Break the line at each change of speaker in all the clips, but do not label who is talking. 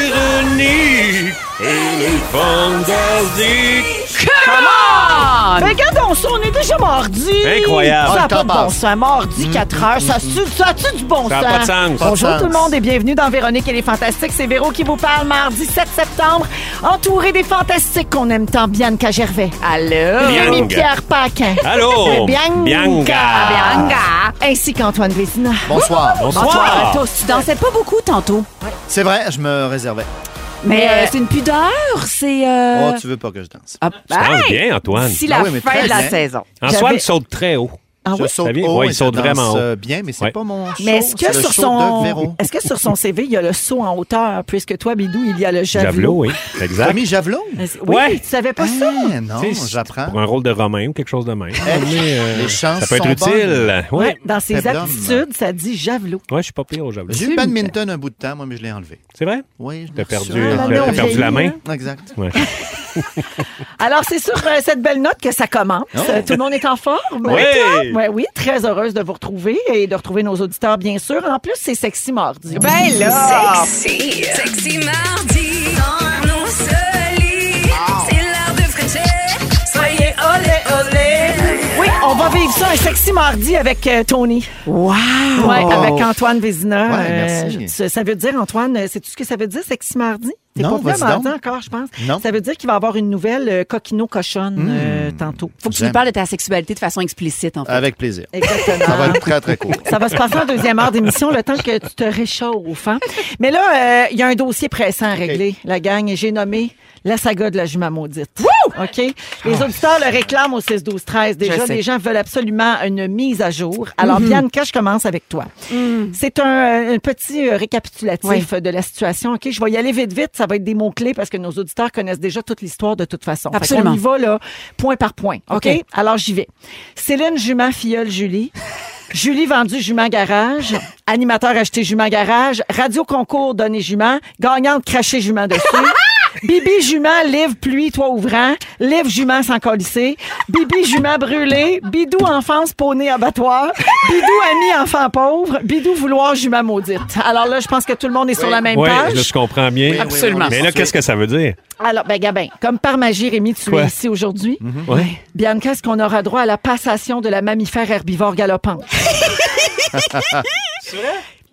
Véronique et les Fantastiques.
Ah,
Ben, regardons ça, on est déjà mardi.
Incroyable.
Ça
On
n'a pas de bon
commence.
sens. Mardi,
Mm,
4 heures, ça a-tu ça a-tu du bon sens?
Ça n'a pas de sens. Pas de
Bonjour
sens.
tout le monde et bienvenue dans Véronique et les Fantastiques. C'est Véro qui vous parle mardi 7 septembre, entouré des Fantastiques qu'on aime tant, Bianca Gervais. Allô? Rémi-Pierre Paquin.
Allô?
Bianca.
Bianca.
Ainsi qu'Antoine Vézina.
Bonsoir.
Bonsoir à tous.
Ah, Tu dansais pas beaucoup tantôt.
C'est vrai, je me réservais.
Mais
Mais-
euh, c'est une pudeur, c'est... euh,
Oh, tu veux pas que je danse.
ah,
Tu danses
hey!
bien, Antoine.
D'ici
Ah
la
oui, mais
fin
très
de la
bien.
saison.
Antoine
j'avais-
saute très haut.
Ah
je
oui?
saute
Ça vient-
haut
ouais,
et
il saute
je danse,
vraiment haut.
euh, bien, mais c'est
Ouais.
pas mon show.
Mais est-ce que,
c'est le
sur
show de Véro.
son... est que sur son CV, il y a le saut en hauteur, puisque toi, Bidou, il y a le
Javelot,
javelot?
oui. Exact.
Rémi Javelot?
Oui,
Ouais.
tu savais pas ça?
Ah, non,
Tu sais,
j'apprends.
Pour un rôle de Romain ou quelque chose de même.
Eh,
Mais, euh,
les chances
ça peut être
sont
utile. Oui.
Ouais, dans ses
Hebdom.
aptitudes, ça dit javelot.
Ouais, je suis pas pire au javelot.
J'ai eu le badminton un bout de temps, moi, mais je l'ai enlevé.
C'est vrai?
Oui, je
T'as
l'ai
perdu,
reçu.
Ah,
t'as-
mais on
t'as perdu la
vieillit,
main?
Exact.
Ouais.
Alors, c'est sur euh, cette belle note que ça commence.
Oh.
Euh, Tout le monde est en forme.
Oui.
Toi? Ouais, oui, très heureuse de vous retrouver et de retrouver nos auditeurs, bien sûr. En plus, c'est sexy mardi.
Ben là!
Sexy. Sexy mardi dans nos solides. C'est l'heure de Frencher. Soyez olé olé.
Oui, on va vivre ça un sexy mardi avec euh, Tony.
Wow!
Ouais, avec Antoine Vézina.
Ouais, merci.
je- ça- ça veut dire, Antoine, euh, sais-tu ce que ça veut dire, sexy mardi? C'est
Non,
pas vrai
vas-y
mardi
donc.
encore, je pense.
Non. Hmm.
Ça veut dire qu'il va y avoir une nouvelle euh, coquino-cochonne euh, tantôt.
Faut que tu nous
J'aime.
parles de ta sexualité de façon explicite, en fait.
Avec plaisir.
Exactement.
Ça va être très, très court. Eh
Ça va se passer en deuxième heure d'émission, le temps que tu te réchauffes. hein. Mais là, euh, il y a un dossier pressant à régler, la gang, et j'ai nommé la saga de la jument maudite. OK? Les auditeurs le réclament au 6, 12, 13. Déjà,
Ah. Je sais. Mhm.
les gens veulent absolument une mise à jour. Alors, Bianca, je commence avec toi. C'est un, euh, un petit euh, récapitulatif de la situation. OK? Je vais y aller vite, vite. Ça va être des mots-clés parce que nos auditeurs connaissent déjà toute l'histoire de toute façon.
Absolument.
On y va, là, point par point. OK?
OK.
Alors, j'y vais. Céline Jument, filleule Julie. Julie vendue Jument Garage, animateur acheté Jument Garage, radio concours donné Jument, gagnante craché Jument dessus. Bibi Jument, livre pluie, toit ouvrant, livre Jument sans colisser, Bibi Jument brûlé, Bidou enfance poney abattoir, Bidou ami enfant pauvre, Bidou vouloir Jument maudite. Alors là, je pense que tout le monde est sur la même
Oui,
page.
je comprends bien.
Oui, oui, Absolument.
Mais là, qu'est-ce que ça veut dire?
Alors, ben Gabin, comme par magie, Rémi, tu
Quoi?
es ici aujourd'hui.
Oui.
Bianca, est-ce qu'on aura droit à la passation de la mammifère herbivore galopante?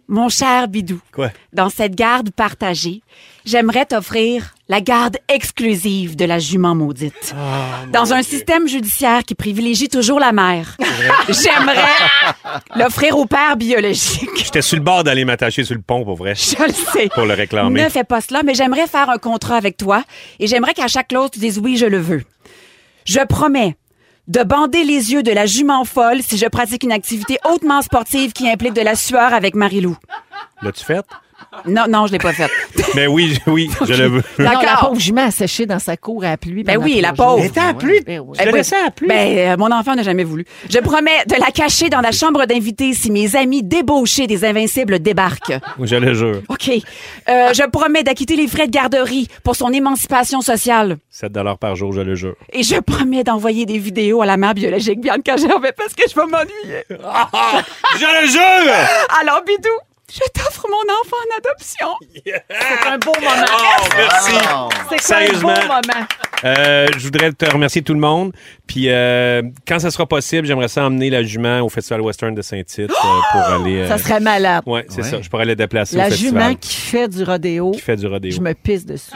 Mon cher Bidou,
Quoi?
dans cette garde partagée, j'aimerais t'offrir la garde exclusive de la jument maudite.
Ah,
dans un système judiciaire qui privilégie toujours la mère, j'aimerais l'offrir au père biologique.
J'étais sur le bord d'aller m'attacher sur le pont, pour vrai.
Je le sais.
Pour le réclamer.
Ne fais pas cela, mais j'aimerais faire un contrat avec toi et j'aimerais qu'à chaque clause, tu dises oui, je le veux. Je promets de bander les yeux de la jument folle si je pratique une activité hautement sportive qui implique de la sueur avec Marie-Lou.
L'as-tu fait?
Non, non, je l'ai pas faite.
Mais oui, oui, je le veux.
Non, la
D'accord.
pauvre jument a séché dans sa cour à la pluie.
Ben
pendant
oui, la
trois jours.
pauvre. Mais
t'as plus-
Ben oui.
Eh
Je
oui.
laissais à plus.
Ben, euh, mon enfant n'a jamais voulu. Je promets de la cacher dans la chambre d'invité si mes amis débauchés des Invincibles débarquent.
Je le jure.
OK. Euh, je promets d'acquitter les frais de garderie pour son émancipation sociale.
7 par jour, je le jure.
Et je promets d'envoyer des vidéos à la mère biologique Bianca Gervais parce que je vais m'ennuyer.
Je le jure!
Alors, Bidou, je t'offre mon enfant en adoption.
C'est un beau moment.
Oh, merci!
Oh.
Ah! C'est un beau
Sérieusement.
moment.
Euh, je voudrais te remercier tout le monde. Puis euh, quand ça sera possible, j'aimerais ça emmener la jument au Festival Western de Saint-Tite euh, pour aller. euh,
Ah! Ça serait malade.
Ouais, c'est
Ouais.
ça. Je pourrais le déplacer au
La
festival.
jument qui fait du rodéo,
qui fait du rodéo.
je me pisse dessus.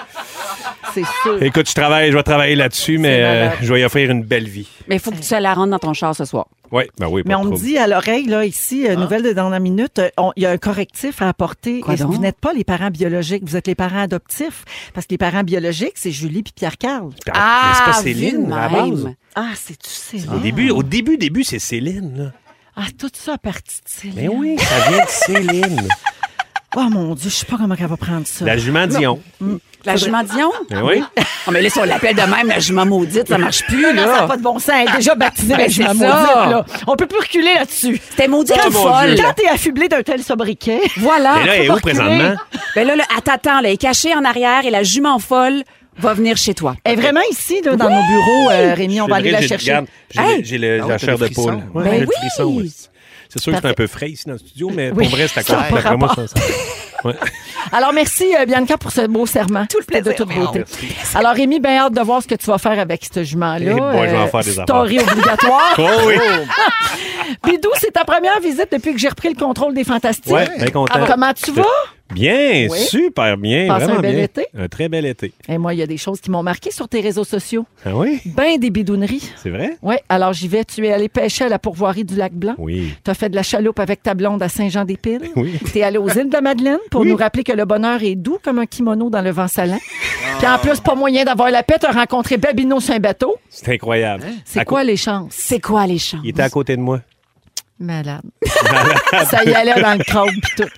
C'est sûr.
Écoute, je travaille, je vais travailler là-dessus, mais euh,
malade.
je vais y offrir une belle vie.
Mais il faut que tu la rentres dans ton char ce soir.
Oui, ben oui, pas
Mais
de
on me
trouble.
dit à l'oreille, là, ici,
Ah.
euh, nouvelle de dernière minute, euh, on- il y a un correctif à apporter.
Quoi
Et
donc?
vous n'êtes pas les parents biologiques, vous êtes les parents adoptifs. Parce que les parents biologiques, c'est Julie puis Pierre-Carl.
Ah, Mais c'est pas
Ah, vu de
Céline, à la base.
même.
Ah, c'est-tu Céline?
Au début, au début, début, c'est Céline. Là.
Ah, tout ça à partir de Céline.
Mais Ben oui, ça vient de Céline.
Oh mon Dieu, je sais pas comment elle va prendre ça.
La jument Dion.
La jument Dion?
Ben oui.
Oh, mais là, si on l'appelle de même, la jument maudite, ça marche plus,
Non, ça n'a
là.
pas de bon sens. Elle est déjà baptisée la
Ben,
jument
c'est
maudite.
ça.
Là. On peut plus reculer là-dessus.
C'était maudite
Oh,
ou
mon
folle.
Dieu.
Quand t'es affublé d'un tel sobriquet,
Voilà.
Mais là, elle est où
Ah, reculer.
présentement?
Ben là, là, attends, attends, là, elle est cachée en arrière et la jument folle va venir chez toi.
elle est vraiment ici, là, dans nos bureaux, euh, Rémi. On va aller la
J'ai-
chercher.
regarde, J'ai
Hey!
j'ai le-
Ah ouais,
la
t'as
chair
des
de
frissons.
poule. Ouais,
Ben
j'ai le
oui!
frisson, ouais. C'est sûr que c'est un peu frais ici dans le studio, mais
Oui.
pour vrai, c'est à
Ça a
cause.
pas
D'après moi,
rapport.
ça- ça- ouais.
Alors, merci, euh, Bianca, pour ce beau serment. Tout le plaisir. de toute beauté. Alors, Rémi, bien hâte de voir ce que tu vas faire avec ce jument-là.
Eh boy, je vais en faire des
story obligatoire.
Oh oui!
Bidou, c'est ta première visite depuis que j'ai repris le contrôle des Fantastiques.
Ouais, bien content.
Alors, Oh, Ah, comment tu vas?
Bien,
Oui.
super bien.
Passe un
vraiment
bel
bien.
été.
Un très bel été.
Et moi, il y a des choses qui m'ont marqué sur tes réseaux sociaux.
Ah oui?
Ben des bidouneries.
C'est vrai?
Oui, alors j'y vais. Tu es allé pêcher à la pourvoirie du lac Blanc.
Oui.
T'as fait de la chaloupe avec ta blonde à Saint-Jean-des-Piles.
Oui.
T'es allé aux îles de la Madeleine pour nous rappeler que le bonheur est doux comme un kimono dans le vent salant. Puis en plus, pas moyen d'avoir la paix, t'as rencontré Babino sur un bateau.
C'est incroyable.
Hein? C'est
À
quoi
cô-
les chances?
C'est quoi les chants?
Il était à côté de moi.
Malade. Ça y allait dans le crowd pis tout.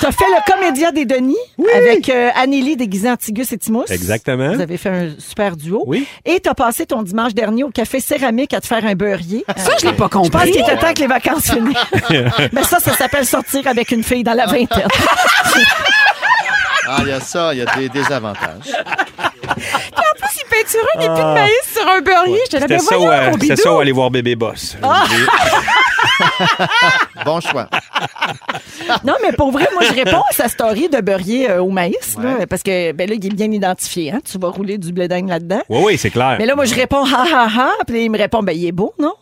T'as fait le comédien des Denis avec euh, Anneli déguisée en Tigus et Timus.
Exactement.
Vous avez fait un super duo.
Oui.
Et t'as passé ton dimanche dernier au café céramique à te faire un beurrier.
Ah,
Ça, je l'ai pas
Je pense
compris.
qu'il était temps que les vacances finissent. Mais ça, ça s'appelle sortir avec une fille dans la vingtaine.
Ah, il y a ça, il y a des désavantages.
si peintureux qu'il n'y plus de maïs sur un beurrier. Je te
Ah. C'était ça, ou, euh, c'était ça ou aller voir Bébé Boss.
Ah!
Bon choix.
Non, mais pour vrai, moi, je réponds à sa story de beurrier euh, au maïs, là, parce que ben là, il est bien identifié. Hein? Tu vas rouler du blé d'Inde là-dedans.
Oui, oui, c'est clair.
Mais là, moi, je réponds ha ha ha, puis là, il me répond ben il est beau, non?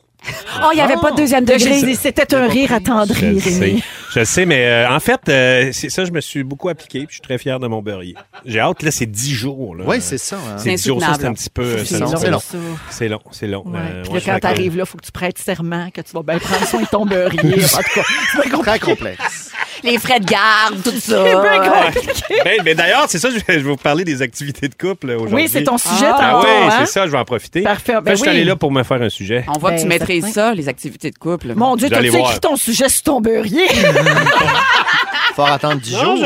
Oh, il n'y avait pas de deuxième
Là, j'ai
degré.
dit, C'était un rire
je le
attendri,
sais.
Rémi.
Je le sais, mais euh, en fait, euh, c'est ça, je me suis beaucoup appliqué, puis je suis très fier de mon beurrier. J'ai hâte, là, c'est 10 jours. là.
Oui, c'est ça. hein.
C'est 10 jours, ça, c'est un
insoutenable.
petit peu.
C'est
ça,
long,
c'est
c'est
long.
long.
C'est long, c'est long.
Ouais.
Euh,
Puis
ouais,
là,
Euh, je
quand
suis
t'arrives là, faut que tu prêtes serment que tu vas bien prendre soin de ton beurrier. En tout cas, c'est bien compliqué.
Très complexe.
Les frais de garde, tout
Ah,
C'est bien
ça.
compliqué.
Ben, ben, d'ailleurs, c'est ça, je vais, je vais vous parler des activités de couple euh, aujourd'hui.
Oui, c'est ton sujet,
Ah,
Ah
tantôt,
oui,
hein?
c'est ça, je vais en profiter.
Parfait,
En fait,
ben
je suis allé
oui.
là pour me faire un sujet.
On voit
Ben,
que tu maîtrises
certain.
ça, les activités de couple.
Mon Dieu,
Vous allez
t'as-tu écrit
voir.
ton sujet sur ton beurrier?
Faut attendre 10 jours.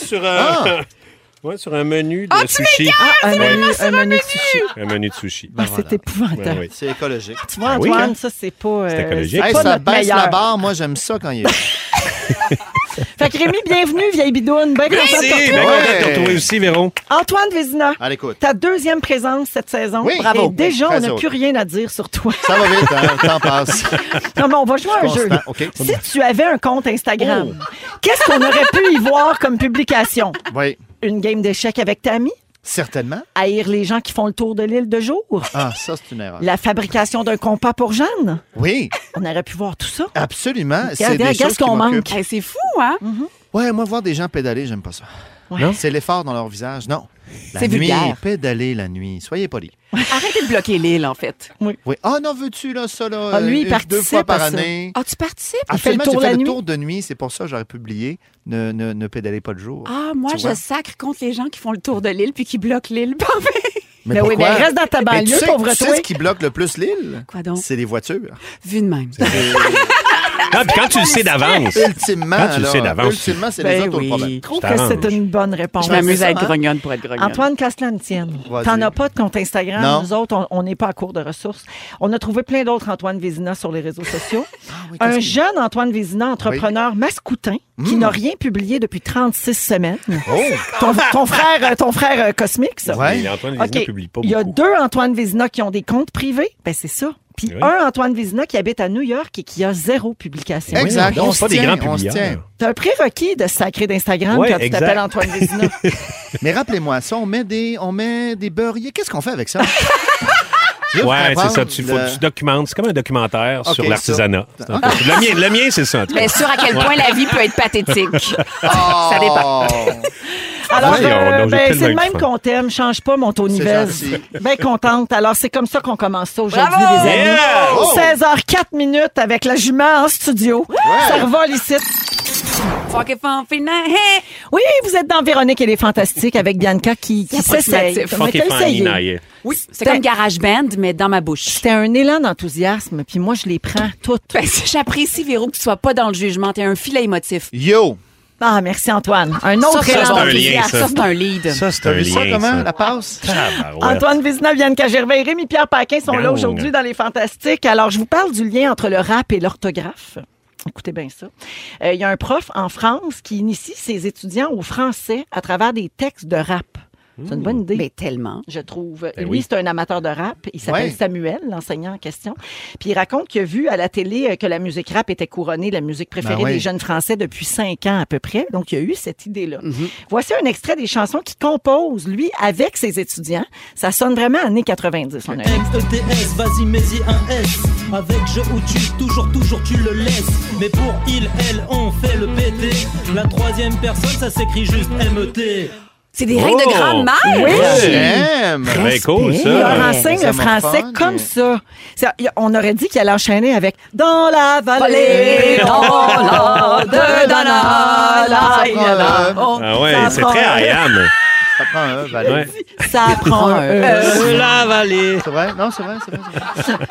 sur euh,
Ah.
ouais, sur un menu de sushi.
Ah, un
Ouais.
menu, un menu de sushi.
Un menu de sushi.
Ah,
Ben voilà.
c'est épouvantable.
Ben oui.
C'est écologique.
Tu vois,
Ben oui,
Antoine,
hein.
ça, c'est pas. euh,
C'est écologique.
c'est
Hey,
pas
ça
notre
baisse la
meilleur.
barre. Moi, j'aime ça quand il est.
Fait que Rémi, bienvenue, vieille bidoune. Ben content de te retrouver.
Merci! Ben, content de te
Ouais.
retrouver aussi, Véron.
Antoine Vézina,
À l'écoute.
ta deuxième présence cette saison.
Oui, bravo.
Oh,
Et déjà,
ben,
on
Très
n'a
heureux.
plus rien à dire sur toi.
Ça va vite, hein? le temps passe.
Non, mais on va jouer à un jeu.
Constant, OK.
Si tu avais un compte Instagram,
Oh.
qu'est-ce qu'on aurait pu y voir comme publication?
Oui,
Une game d'échecs avec ta amie?
certainement.
Haïr les gens qui font le tour de l'île de jour?
Ah, ça, c'est une erreur.
La fabrication d'un compas pour Jeanne?
Oui,
On aurait pu voir tout ça.
absolument. C'est
Regardez,
des
regarde ce
choses
qu'on
qui
manque.
m'occupent.
Hey, c'est fou, hein?
Ouais, moi, voir des gens pédaler, j'aime pas ça. C'est l'effort dans leur visage. Non. La
C'est
nuit,
vulgaire.
pédaler la nuit. Soyez polis.
Arrêtez de bloquer l'île, en fait.
Oui. Ah, non, veux-tu, là, ça, là?
Ah, lui, il
euh,
participe
Deux fois par
à ça.
année.
Ah, tu participes?
il fait le
Absolument,
tour
j'ai
la
fait
nuit.
le tour de nuit. C'est pour ça que j'aurais publié ne, ne, ne pédalez pas le jour.
Ah, moi,
Tu vois?
je sacre contre les gens qui font le tour de l'île puis qui bloquent l'île. Parfait.
Mais Ben oui, mais
pourquoi?
reste dans ta
Mais tu
banlieue,
sais,
pauvre
tu sais
toi.
ce qui bloque le plus l'île?
Quoi donc?
C'est les voitures.
Vu de même.
Ah, puis quand tu le sais d'avance.
Ultimement,
Quand tu le
là,
sais d'avance.
ultimement, c'est les
Ben
autres
oui.
ont le problème.
Je trouve
Je
que c'est
t'arrange.
une bonne réponse.
Je m'amuse à
c'est
être
ça, hein?
grognonne pour être grognonne.
Antoine, casse-la une tienne.
Vas-y.
T'en as pas de compte Instagram.
Non.
Nous autres, on- on n'est pas à court de ressources. On a trouvé plein d'autres Antoine Vézina sur les réseaux sociaux.
oui, qu'est-ce
Un
qu'il-
jeune Antoine Vézina, entrepreneur mascoutin, qui n'a rien publié depuis 36 semaines. Ton, ton frère, euh, ton frère euh, Cosmix.
Mais
Ouais.
Antoine Vézina
OK.
publie pas
Il y a
beaucoup.
deux Antoine Vézina qui ont des comptes privés. Ben, c'est ça. Puis
Oui.
un Antoine Vézina qui habite à New York et qui a zéro publication.
Exact.
Non,
on
c'est pas
se
des
tient,
grands
on se
publieurs.
tient.
T'as un prérequis de sacré d'Instagram
Ouais,
quand tu
exact.
t'appelles Antoine Vézina.
Mais rappelez-moi, ça, on met des, on met des beurriers. Qu'est-ce qu'on fait avec ça? Je veux
Ouais, c'est
comprendre
ça. Tu, faut
le-
que tu documentes. C'est comme un documentaire
Ok,
sur l'artisanat.
ça.
C'est un peu- Le mien, le mien c'est ça. en tout cas.
Mais sûr à quel point la vie peut être pathétique. Ça dépend.
Oh!
Alors,
Voyons
euh,
donc, j'ai
ben,
tellement
c'est le
eu
même
faim.
qu'on t'aime. Change pas mon Tony
C'est
Vez.
gentil.
Bien contente. Alors, c'est comme ça qu'on commence ça aujourd'hui,
Bravo!
les amis.
Yeah!
Oh!
16h04 minutes avec la jument en studio. Ça revole ici.
Fuck if I'm feeling- hey!
Oui, vous êtes dans Véronique et les Fantastiques avec Bianca qui, qui s'essaye.
approximatif.
Mais
Funky
t'as
Fanny
essayé.
Naillet.
Oui, c'est comme Garage Band, mais dans ma bouche.
C'était un élan d'enthousiasme, puis moi, je les prends toutes.
Ben, si J'apprécie, Véro, que tu sois pas dans le jugement. T'es un filet émotif.
Yo!
Ah, merci Antoine. Un autre
ça, c'est
élan
un
d'enthousiasme.
lien, ça.
ça, c'est un lead.
Ça, c'est
T'as
un
vu
lien.
ça comment,
ça.
la passe?
Tabarouette.
Antoine Vézina, Bianca Gervais et Rémi-Pierre Paquin sont là
Gang.
aujourd'hui dans Les Fantastiques. Alors, je vous parle du lien entre le rap et l'orthographe. Écoutez bien ça. Euh, Il y a un prof en France qui initie ses étudiants au français à travers des textes de rap. C'est une bonne idée.
Mais tellement.
je trouve.
Ben
Lui,
oui.
c'est un amateur de rap. Il s'appelle
Ouais.
Samuel, l'enseignant en question. Puis il raconte qu'il a vu à la télé euh, que la musique rap était couronnée, la musique préférée
Ben oui.
des jeunes Français depuis cinq ans à peu près. Donc, il y a eu cette idée-là. Voici un extrait des chansons qu'il compose, lui, avec ses étudiants. Ça sonne vraiment années 90. on a-
ETS, vas-y, mets-y un S. Avec je ou tu, toujours, toujours tu le laisses. Mais pour il, elle, on fait le pété. La troisième personne, ça s'écrit juste MET.
C'est des règles
Oh!
de grand-mère.
J'aime!
Très ben, cool,
Il leur
ça.
enseigne
Ça
le
m'a
français
fun,
comme
mais-
ça. C'est- il- On aurait dit qu'il allait enchaîner avec Dans la vallée,
Vallée,
on l'a de Dana, là, il y en a, on-
Ah ouais,
Ça
c'est
prend-
très I am.
Ça prend un, Valet. Euh,
Ouais.
Ça prend un E.
La vallée.
C'est vrai? Non, c'est vrai, c'est vrai. c'est vrai.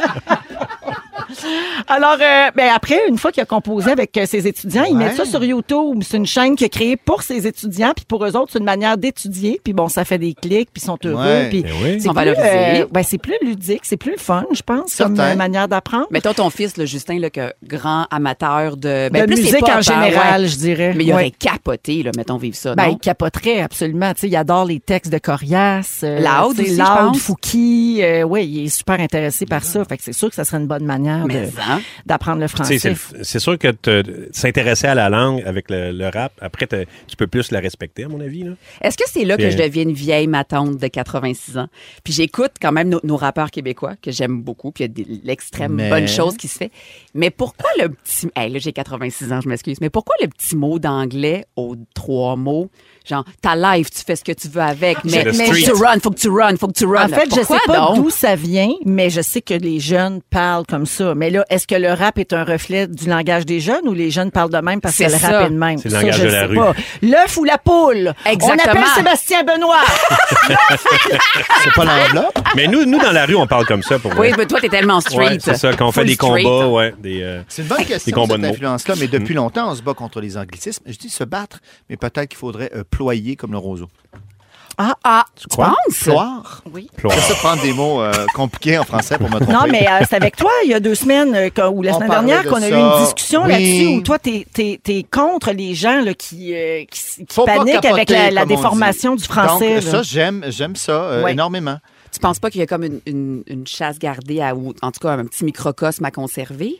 Alors, euh, ben après, une fois qu'il a composé avec euh, ses étudiants, il
Ouais.
met ça sur YouTube. C'est une chaîne qu'il a créée pour ses étudiants, puis pour eux autres, c'est une manière d'étudier. Puis bon, ça fait des clics, puis ils sont heureux.
Ouais.
Puis
Ben oui.
c'est
Ils sont
plus,
valorisés.
ben, c'est plus ludique, c'est plus le fun, je pense, comme
Certain.
euh, manière d'apprendre.
Mettons ton fils, le Justin, là, que grand amateur de, ben,
de
plus
musique
hip-hop,
en
hein,
général,
ouais.
je dirais.
Mais il aurait
Ouais.
capoté, là, mettons, vivre ça.
Ben,
non?
il capoterait absolument. Tu sais, il adore les textes de Corias. Euh,
Loud
tu sais,
aussi, je
Loud,
pense.
Fouki. Euh, oui, il est super intéressé par ça. Fait que c'est sûr que ça serait une bonne manière de-
Mais, hein?
d'apprendre le
Tu sais,
français.
c'est le f- C'est sûr que te- s'intéresser à la langue avec le, le rap, après, te- tu peux plus la respecter, à mon avis. Là.
Est-ce que c'est là que
Bien.
je deviens une vieille matante de 86 ans? Puis j'écoute quand même nos, nos rappeurs québécois, que j'aime beaucoup, puis il y a des- l'extrême
Mais-
bonne chose qui se fait. Mais pourquoi le petit... Hey, là, j'ai 86 ans, je m'excuse. Mais pourquoi le petit mot d'anglais aux trois mots? Genre, ta life, tu fais ce que tu veux avec, mais,
le
mais
street.
faut que tu run, faut que tu run, faut que tu run.
En fait, je sais
Pourquoi
pas
donc?
d'où ça vient, mais je sais que les jeunes parlent comme ça. Mais là, est-ce que le rap est un reflet du langage des jeunes ou les jeunes parlent de même parce que
C'est
le rap
ça.
est de même?
C'est le
Ça,
langage
je
de
sais
la rue.
pas. L'œuf ou la poule?
Exactement.
On appelle Sébastien Benoît.
C'est pas l'enveloppe?
Mais nous, nous, dans la rue, on parle comme ça pour
Oui,
vrai.
mais toi, t'es tellement street.
Ouais, c'est ça, quand on fait
Full
des
street.
combats, ouais, des, euh,
C'est une bonne question,
combats de
cette
mots.
influence-là, mais
Hmm.
depuis longtemps, on se bat contre les anglicismes. Je dis se battre, mais peut-être qu'il faudrait euh, ployer comme le roseau.
Ah, ah, tu
crois?
penses?
Ploire?
ploies.
C'est ça, prendre des mots euh, compliqués en français pour me tromper.
Non, mais euh, c'est avec toi, il y a deux semaines euh, qu'on- ou la
On
semaine
parlait
dernière
de
qu'on a eu
ça.
une discussion
Oui.
là-dessus où toi, t'es es, contre les gens là, qui, euh, qui, s- qui
Faut pas
paniquent
capoter,
avec la, la
comme on
déformation
dit.
du français.
Donc,
là.
ça, j'aime, j'aime ça euh,
Ouais.
énormément.
Tu penses pas qu'il y a comme une, une- une chasse gardée à, ou en tout cas un petit microcosme à conserver?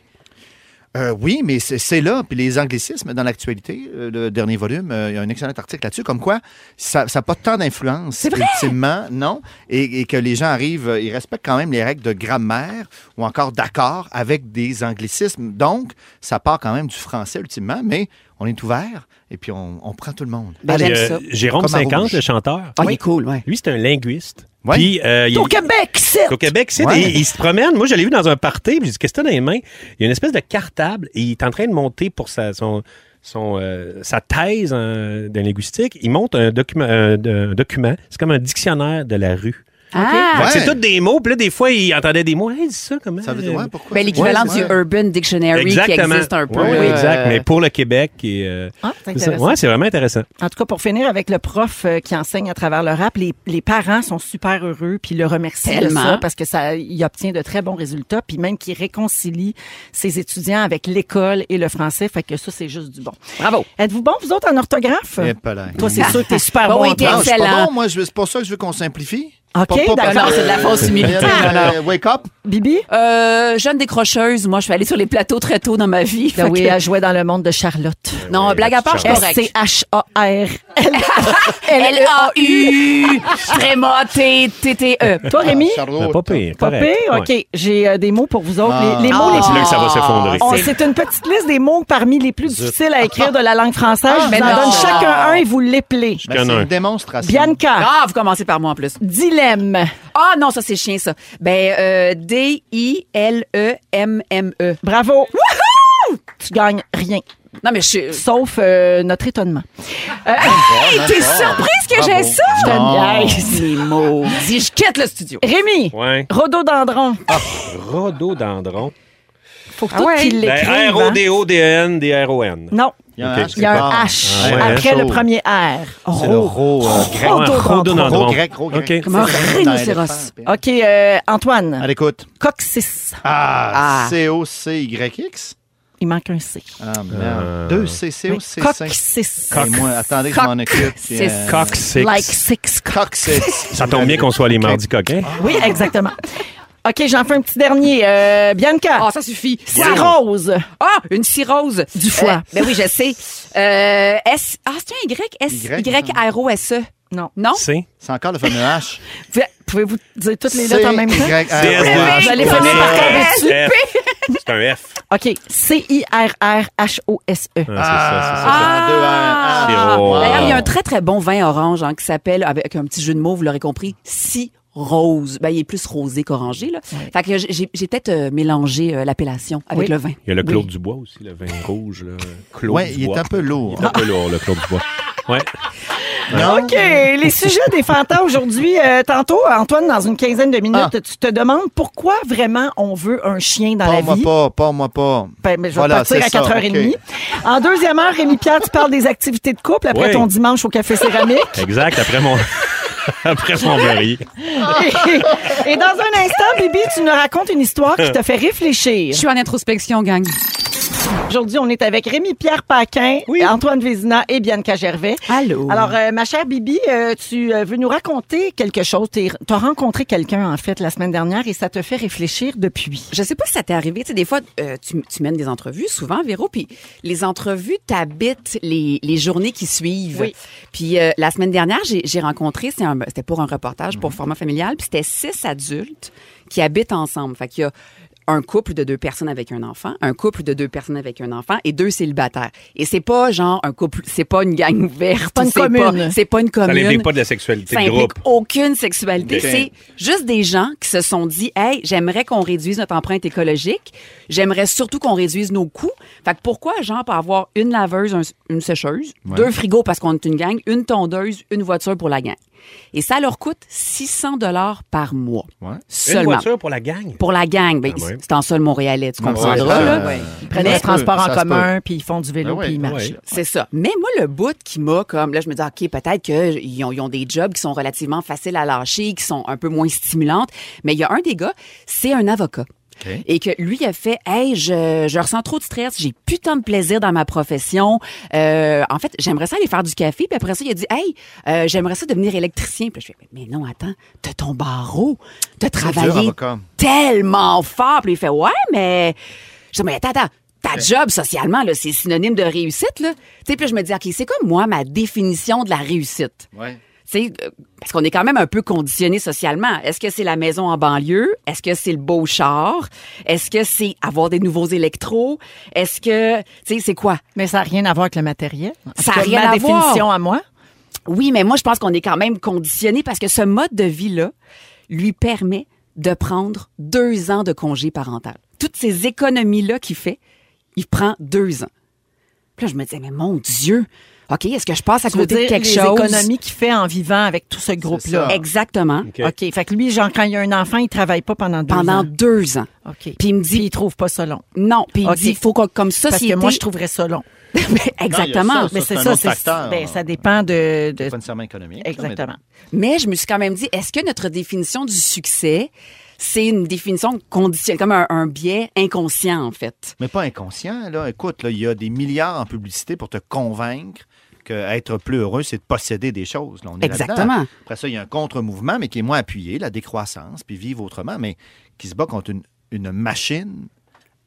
Euh, oui, mais c'est c'est là. Puis les anglicismes, dans l'actualité, euh, le dernier volume, euh, il y a un excellent article là-dessus, comme quoi ça n'a pas tant d'influence, ultimement, non. Et, et que les gens arrivent, euh, ils respectent quand même les règles de grammaire ou encore d'accord avec des anglicismes. Donc, ça part quand même du français, ultimement, mais on est ouvert et puis on, on prend tout le monde.
Ben,
Puis,
j'aime
euh,
ça.
Jérôme
Comme à
50,
Rouge.
le chanteur,
Ah, il est cool, ouais.
lui, c'est un linguiste.
Ouais.
Puis, euh, il-
Au Québec, c'est...
Au Québec, c'est
Ouais.
et il se promène. Moi, je l'ai vu dans un party, puis j'ai dit qu'est-ce que t'as dans les mains Il y a une espèce de cartable et il est en train de monter pour sa son son euh, sa thèse euh, de linguistique, il monte un document un, un document, c'est comme un dictionnaire de la rue. Fait
Ah!
que
Ouais.
C'est tous des mots, puis là des fois il entendait des mots, hey, dis ça comment
Ça veut dire, ouais, pourquoi?
Ben, l'équivalent
Ouais,
du
c'est vrai.
Urban Dictionary qui
Exactement.
existe un peu.
Ouais,
euh,
exact, mais pour le Québec et euh,
Ah, c'est
c'est ça.
intéressant.
ouais, c'est vraiment intéressant.
En tout cas, pour finir avec le prof euh, qui enseigne à travers le rap, les, les parents sont super heureux puis le remercient de
Tellement.
ça parce que ça il obtient de très bons résultats puis même qu'il réconcilie ses étudiants avec l'école et le français, fait que ça c'est juste du bon.
Bravo.
Êtes-vous bon vous autres en orthographe
Eh, pas l'air.
Toi c'est sûr que t'es super
Bon,
bon.
oui,
en
t'es
Non, je suis pas
Excellent.
bon, moi, je veux- c'est pour ça que je veux qu'on simplifie.
Ok, d'accord.
Non, c'est de la fausse humilité.
Euh, wake up.
Bibi
Euh, jeune décrocheuse, moi, je suis allée sur les plateaux très tôt dans ma vie. Fait que-
Ben oui, elle jouait dans le monde de Charlotte.
Non,
Ouais,
blague à part, je suis
Charlotte.
Euh, S
correcte.
C H A R.
L-A-U, tréma, T-T-E.
Toi Rémi
Ben,
Ah, Charlotte.
pas pire,
Pas
correct.
pire? OK,
Ouais.
j'ai euh, des mots pour vous autres.
Ah.
Les, les mots
Ah.
les
C'est
plus
là que ça va s'effondrer.
On-
C'est-
Oh, C'est une petite liste des mots parmi les plus difficiles à écrire de la langue française. Je
Ah, Mais
vous en
non.
donne chacun un et vous l'épelez.
Ben,
Qu'en
c'est
un.
une démonstration.
Bianca,
Ah, vous commencez par moi en plus.
dilemme.
Ah non, ça c'est chien ça. Ben euh, E, D-I-L-E-M-M-E.
Bravo. Tu gagnes rien,
Non mais je suis.
sauf euh, notre étonnement.
Hey,
T'es surprise que j'ai ça?
Je te niaise.
Mes mots. Dis, je quitte le studio.
Rémi,
Ouais.
rhododendron,
Rhododendron.
Faut
Ah
tout
ouais.
qu'il l'écrive.
Ben,
hein.
R-O-D-O-D-N, D-R-O-N.
Non,
Il y a un
Ok,
H
c'est
il y a
quelque
un
part.
H
Ah ouais, hein,
après le
chaud.
premier R. Oh.
C'est le
Ro.
ro. euh, grec.
Grand- rhododendron.
Gros grec, gros grec.
Ok.
Comme un
Dans
rhinocéros.
l'éléphant.
OK, euh, Antoine.
À l'écoute.
Coccyx.
Ah,
Ah.
C-O-C-Y-X.
Il manque un C.
Ah,
Euh.
merde. Deux C, C-O-C-5.
Coccyx.
moi, attendez que je m'en occupe. puis, euh,
Cock six.
Like six.
Coccyx.
Ça tombe bien qu'on soit les mardis coquins.
Oui, exactement. OK, j'en fais un petit dernier. Euh, Bianca.
Ah, ça suffit.
Cirrhose.
Ah, une cirrhose. Du
foie.
ben oui, je sais. Euh, S... Ah, c'est un Y? S...
Y,
Y-R-O-S-E.
Non.
E. Non?
C'est
C'est encore le fameux H.
Vous- Pouvez-vous dire toutes les lettres en même temps?
DS2.
Vous allez finir
Prenez-
par tomber
F.
dessus.
C'est un F.
OK. C-I-R-R-H-O-S-e.
Ah, c'est ça, c'est ça.
Ah!
C'est rose.
D'ailleurs, il y a un très, très bon vin orange hein, qui s'appelle, avec un petit jeu de mots, vous l'aurez compris, si rose. Ben, il est plus rosé qu'orangé. là. Fait que j'ai j'ai peut-être euh, mélangé euh, l'appellation avec
Oui.
le vin.
Il y a le Claude Dubois aussi, le vin rouge. Là. Claude
Ouais, il est
Dubois.
un peu lourd.
Il est un peu lourd, le Claude Dubois. Ouais.
Non?
OK. Les sujets des fantas aujourd'hui. Euh, tantôt, Antoine, dans une quinzaine de minutes,
Ah.
tu te demandes pourquoi vraiment on veut un chien dans la
Pas moi
vie.
pas, pas moi pas.
Ben, mais je vais
Voilà,
partir
c'est
à
ça,
4h30.
OK.
En deuxième heure, Rémi-Pierre, tu parles des activités de couple après
Oui.
ton dimanche au Café Céramique.
Exact, après mon. Après mon mari.
Et- Et dans un instant, Bibi, tu nous racontes une histoire qui te fait réfléchir.
Je suis en introspection, gang.
Aujourd'hui, on est avec Rémi-Pierre Paquin, Antoine Vézina et Bianca Gervais.
Allô?
Alors, euh, ma chère Bibi, euh, tu euh, veux nous raconter quelque chose. Tu as rencontré quelqu'un, en fait, la semaine dernière et ça te fait réfléchir depuis.
Je sais pas si ça t'est arrivé. Tu sais, des fois, euh, tu, tu mènes des entrevues, souvent, Véro, puis les entrevues t'habitent les, les journées qui suivent.
Oui.
Puis euh, la semaine dernière, j'ai j'ai rencontré, c'est un- c'était pour un reportage
Mhm.
pour format familial, puis c'était six adultes qui habitent ensemble. Fait qu'il y a un couple de deux personnes avec un enfant, un couple de deux personnes avec un enfant et deux célibataires. Et c'est pas genre un couple, c'est pas une gang ouverte,
Pas une
c'est
commune.
c'est pas une
Ça
commune
n'implique pas de la sexualité
ça
de
implique
groupe.
aucune sexualité.
Ok.
C'est juste des gens qui se sont dit, hey, j'aimerais qu'on réduise notre empreinte écologique. J'aimerais surtout qu'on réduise nos coûts. Fait que pourquoi, genre, pas avoir une laveuse, un- une sécheuse, deux frigos parce qu'on est une gang, une tondeuse, une voiture pour la gang. Et ça leur coûte 600 dollars par mois.
Ouais.
Une
Seulement.
voiture pour la gang.
Pour la gang, ben,
Ah ouais. Ah
c'est en seul Montréalais, tu comprendras.
Ouais,
là.
ça-
Ils prennent
ça
le
se peut,
transport en
ça se
commun, puis ils font du vélo,
Ben
Ah
oui,
puis ils
ben
marchent.
oui.
C'est ça. Mais moi, le bout qui m'a comme, là, je me dis, OK, peut-être qu'ils ont, ils ont des jobs qui sont relativement faciles à lâcher, qui sont un peu moins stimulantes. Mais il y a un des gars, c'est un avocat. Et que lui il a fait, hey, je, je ressens trop de stress, j'ai putain de plaisir dans ma profession. Euh, en fait, j'aimerais ça aller faire du café. Puis après ça, il a dit, hey, euh, j'aimerais ça devenir électricien. Puis je fais, mais non, attends, t'as ton barreau, t'as travaillé
avocat.
tellement fort. Puis il fait, ouais, mais. Je dis, mais attends, attends. Ta job, socialement, là, c'est synonyme de réussite, là. Tu sais, puis je me dis, OK, c'est comme moi ma définition de la réussite?
Ouais.
Tu sais, euh, parce qu'on est quand même un peu conditionné socialement. Est-ce que c'est la maison en banlieue? Est-ce que c'est le beau char? Est-ce que c'est avoir des nouveaux électros? Est-ce que, tu sais, c'est quoi?
Mais ça n'a rien à voir avec le matériel. En
Ça a
tout cas,
rien
ma
à voir.
définition à moi.
Oui, mais moi, je pense qu'on est quand même conditionné parce que ce mode de vie-là lui permet de prendre deux ans de congé parental. Toutes ces économies-là qu'il fait, il prend deux ans. Puis là, je me disais, mais mon Dieu, OK, est-ce que je passe à
Tu veux
côté
dire
de quelque
les
chose?
économies qu'il fait en vivant avec tout ce groupe-là.
ça.
Exactement. Ah,
OK.
OK. Fait que lui, genre, quand il a un enfant, il travaille pas pendant deux
Pendant
ans.
deux ans.
OK. Puis
Puis il me
il
dit,
trouve pas ça long.
non. Puis il
OK.
dit, il faut qu'on- comme
Parce
société...
que moi, je trouverais ça long.
Exactement.
Non, il y a
Mais c'est
Ça, c'est un
ça,
autre
c'est
facteur.
ben, ça dépend de. de-
Pas nécessairement économique. ça, mais-
Euh, exactement.
Mais je me suis quand même dit, est-ce que notre définition du succès, c'est une définition conditionnelle, comme un, un biais inconscient, en fait?
Mais pas inconscient, là. Écoute, là, il y a des milliards en publicité pour te convaincre qu'être plus heureux, c'est de posséder des choses. Là, on est là-dedans.
Exactement.
Après ça, il y a un contre-mouvement, mais qui est moins appuyé, la décroissance, puis vivre autrement, mais qui se bat contre une, une machine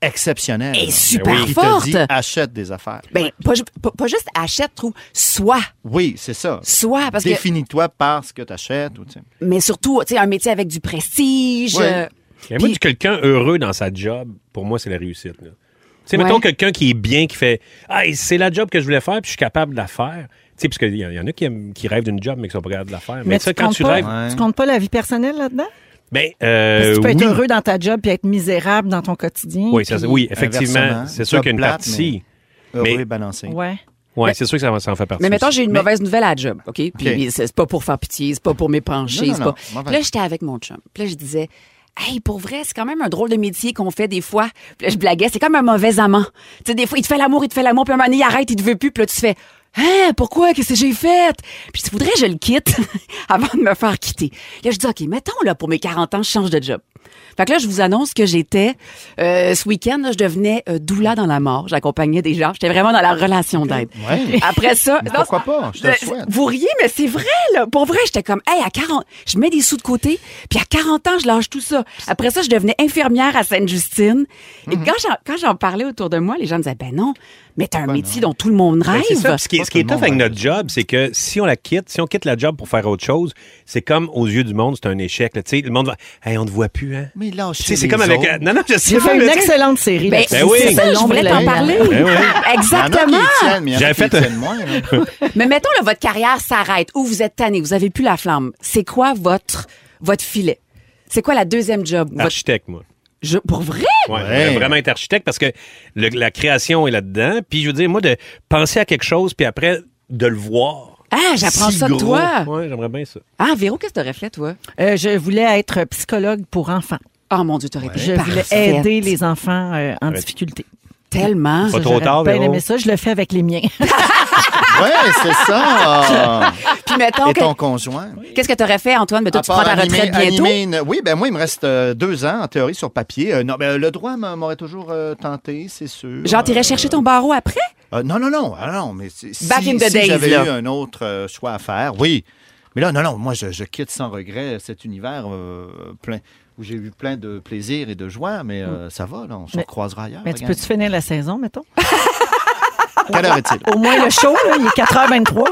exceptionnelle.
Et
là.
super
qui
forte.
te dit, achète des affaires.
Ben, pas, ju- pas- pas juste achète, trouve, soit,
oui, c'est ça.
soit, parce que,
Définis-toi par ce que tu achètes. Ou, tu sais.
mais surtout, tu sais, un métier avec du prestige.
Ouais.
euh,
Mais moi,
Puis-
du- quelqu'un heureux dans sa job, pour moi, c'est la réussite. là. Tu sais,
Ouais.
mettons quelqu'un qui est bien, qui fait Hey, c'est la job que je voulais faire, puis je suis capable de la faire. Tu sais, parce qu'il y, en- y en a qui, aiment- qui rêvent d'une job, mais qui sont pas capables de la faire. Mais, ça, quand
comptes
tu
pas,
rêves.
Ouais.
tu comptes pas la vie personnelle là-dedans?
Ben,
Parce que
euh,
tu peux être
oui.
heureux dans ta job puis être misérable dans ton quotidien.
Oui, ça,
puis-
oui, effectivement.
Inversement,
C'est sûr
job
qu'il y a une
plate,
partie.
Heureux
Mais-
et balancé.
Ouais.
Oui, c'est sûr que ça, ça en fait partie.
Mais mettons,
aussi.
j'ai une
Mais-
mauvaise nouvelle à la job, OK? Puis
OK.
c'est c'est pas pour faire pitié, c'est pas pour m'épancher,
Non, non,
c'est pas...
non, mauvaise.
Puis là, j'étais avec mon chum. Puis là, je disais, Hey, pour vrai, c'est quand même un drôle de métier qu'on fait des fois. Puis là, je blaguais, c'est comme un mauvais amant. Tu sais, des fois, il te fait l'amour, il te fait l'amour, puis à un moment donné, il arrête, il te veut plus, puis là, tu fais. Hein, pourquoi? Qu'est-ce que j'ai fait? Puis tu voudrais que je le quitte avant de me faire quitter. Là, je dis, OK, mettons, là, pour mes 40 ans, je change de job. Fait que là, je vous annonce que j'étais, euh, ce week-end, là, je devenais euh, doula dans la mort. J'accompagnais des gens. J'étais vraiment dans la relation d'aide.
Ouais.
Après ça,
Mais
non,
pourquoi pas? Je te le
je-
souhaite.
Vous riez, mais c'est vrai, là. Pour vrai, j'étais comme, hey, à 40, je mets des sous de côté, puis à 40 ans, je lâche tout ça. Après ça, je devenais infirmière à Sainte-Justine. Et
Mm-hmm.
quand j'en- quand j'en parlais autour de moi, les gens me disaient, ben non, mais t'as un métier dont tout le monde
Ben,
rêve.
c'est ça. Puis Ce qui, est- ce qui est
Pas tout
tough
le
avec
monde
notre job, c'est que si on la quitte, si on quitte la job pour faire autre chose, c'est comme aux yeux du monde, c'est un échec. là. Tu sais, le monde va, hey, on te voit plus, hein.
Mais lâche
Tu sais, c'est comme avec. euh, Non, non, je sais
J'ai
pas,
fait une
mais tu sais,
excellente série.
Ben,
là-dessus.
Ben oui.
c'est ça, je
L'ombre et
voulais
la
t'en
nuit.
parler.
Ben oui.
Exactement.
J'avais
J'avais fait.
fait un-
moins, là.
Mais mettons, là, votre carrière s'arrête ou vous êtes tanné, vous avez plus la flamme. C'est quoi votre, votre filet? C'est quoi la deuxième job? Votre-
Architecte, moi.
je- pour vrai?
Ouais,
Ouais.
j'aimerais vraiment être architecte parce que le- la création est là-dedans. Puis je veux dire, moi, de penser à quelque chose, puis après, de le voir.
Ah, j'apprends
Si
ça de
gros.
toi.
Ouais, j'aimerais bien ça.
Ah, Véro, qu'est-ce que t'aurais fait, toi?
Euh, je voulais être psychologue pour enfants.
Oh mon Dieu, t'aurais été
Je voulais
parfaite.
aider les enfants euh, en
Ouais.
difficulté.
Tellement.
Pas
Ça,
trop
j'aurais
tard,
bien
Véro.
aimé ça. Je le fais avec les miens.
Ouais, c'est ça.
Puis mettons,
Et
que-
ton conjoint.
qu'est-ce que t'aurais fait, Antoine? Mais toi,
À
tu prends ta
part
retraite
animer-
bientôt.
animer une- Oui, ben moi, il me reste euh, deux ans en théorie sur papier. Euh, non, ben, le droit m'a- m'aurait toujours euh, tenté, c'est sûr.
Genre, t'irais
Euh,
chercher ton barreau après?
Euh, non, non, non, ah, non, mais si,
Back
si-
in the
si
days,
j'avais
là.
eu un autre euh, choix à faire, oui. Mais là, non, non, moi, je, je quitte sans regret cet univers euh, plein où j'ai eu plein de plaisir et de joie, mais euh, ça va, là, on se
Mm. Mais-
croisera ailleurs.
Mais tu
regarde.
peux-tu finir la saison, mettons?
Quelle heure est-il?
Au moins le show, là, il est 4h23.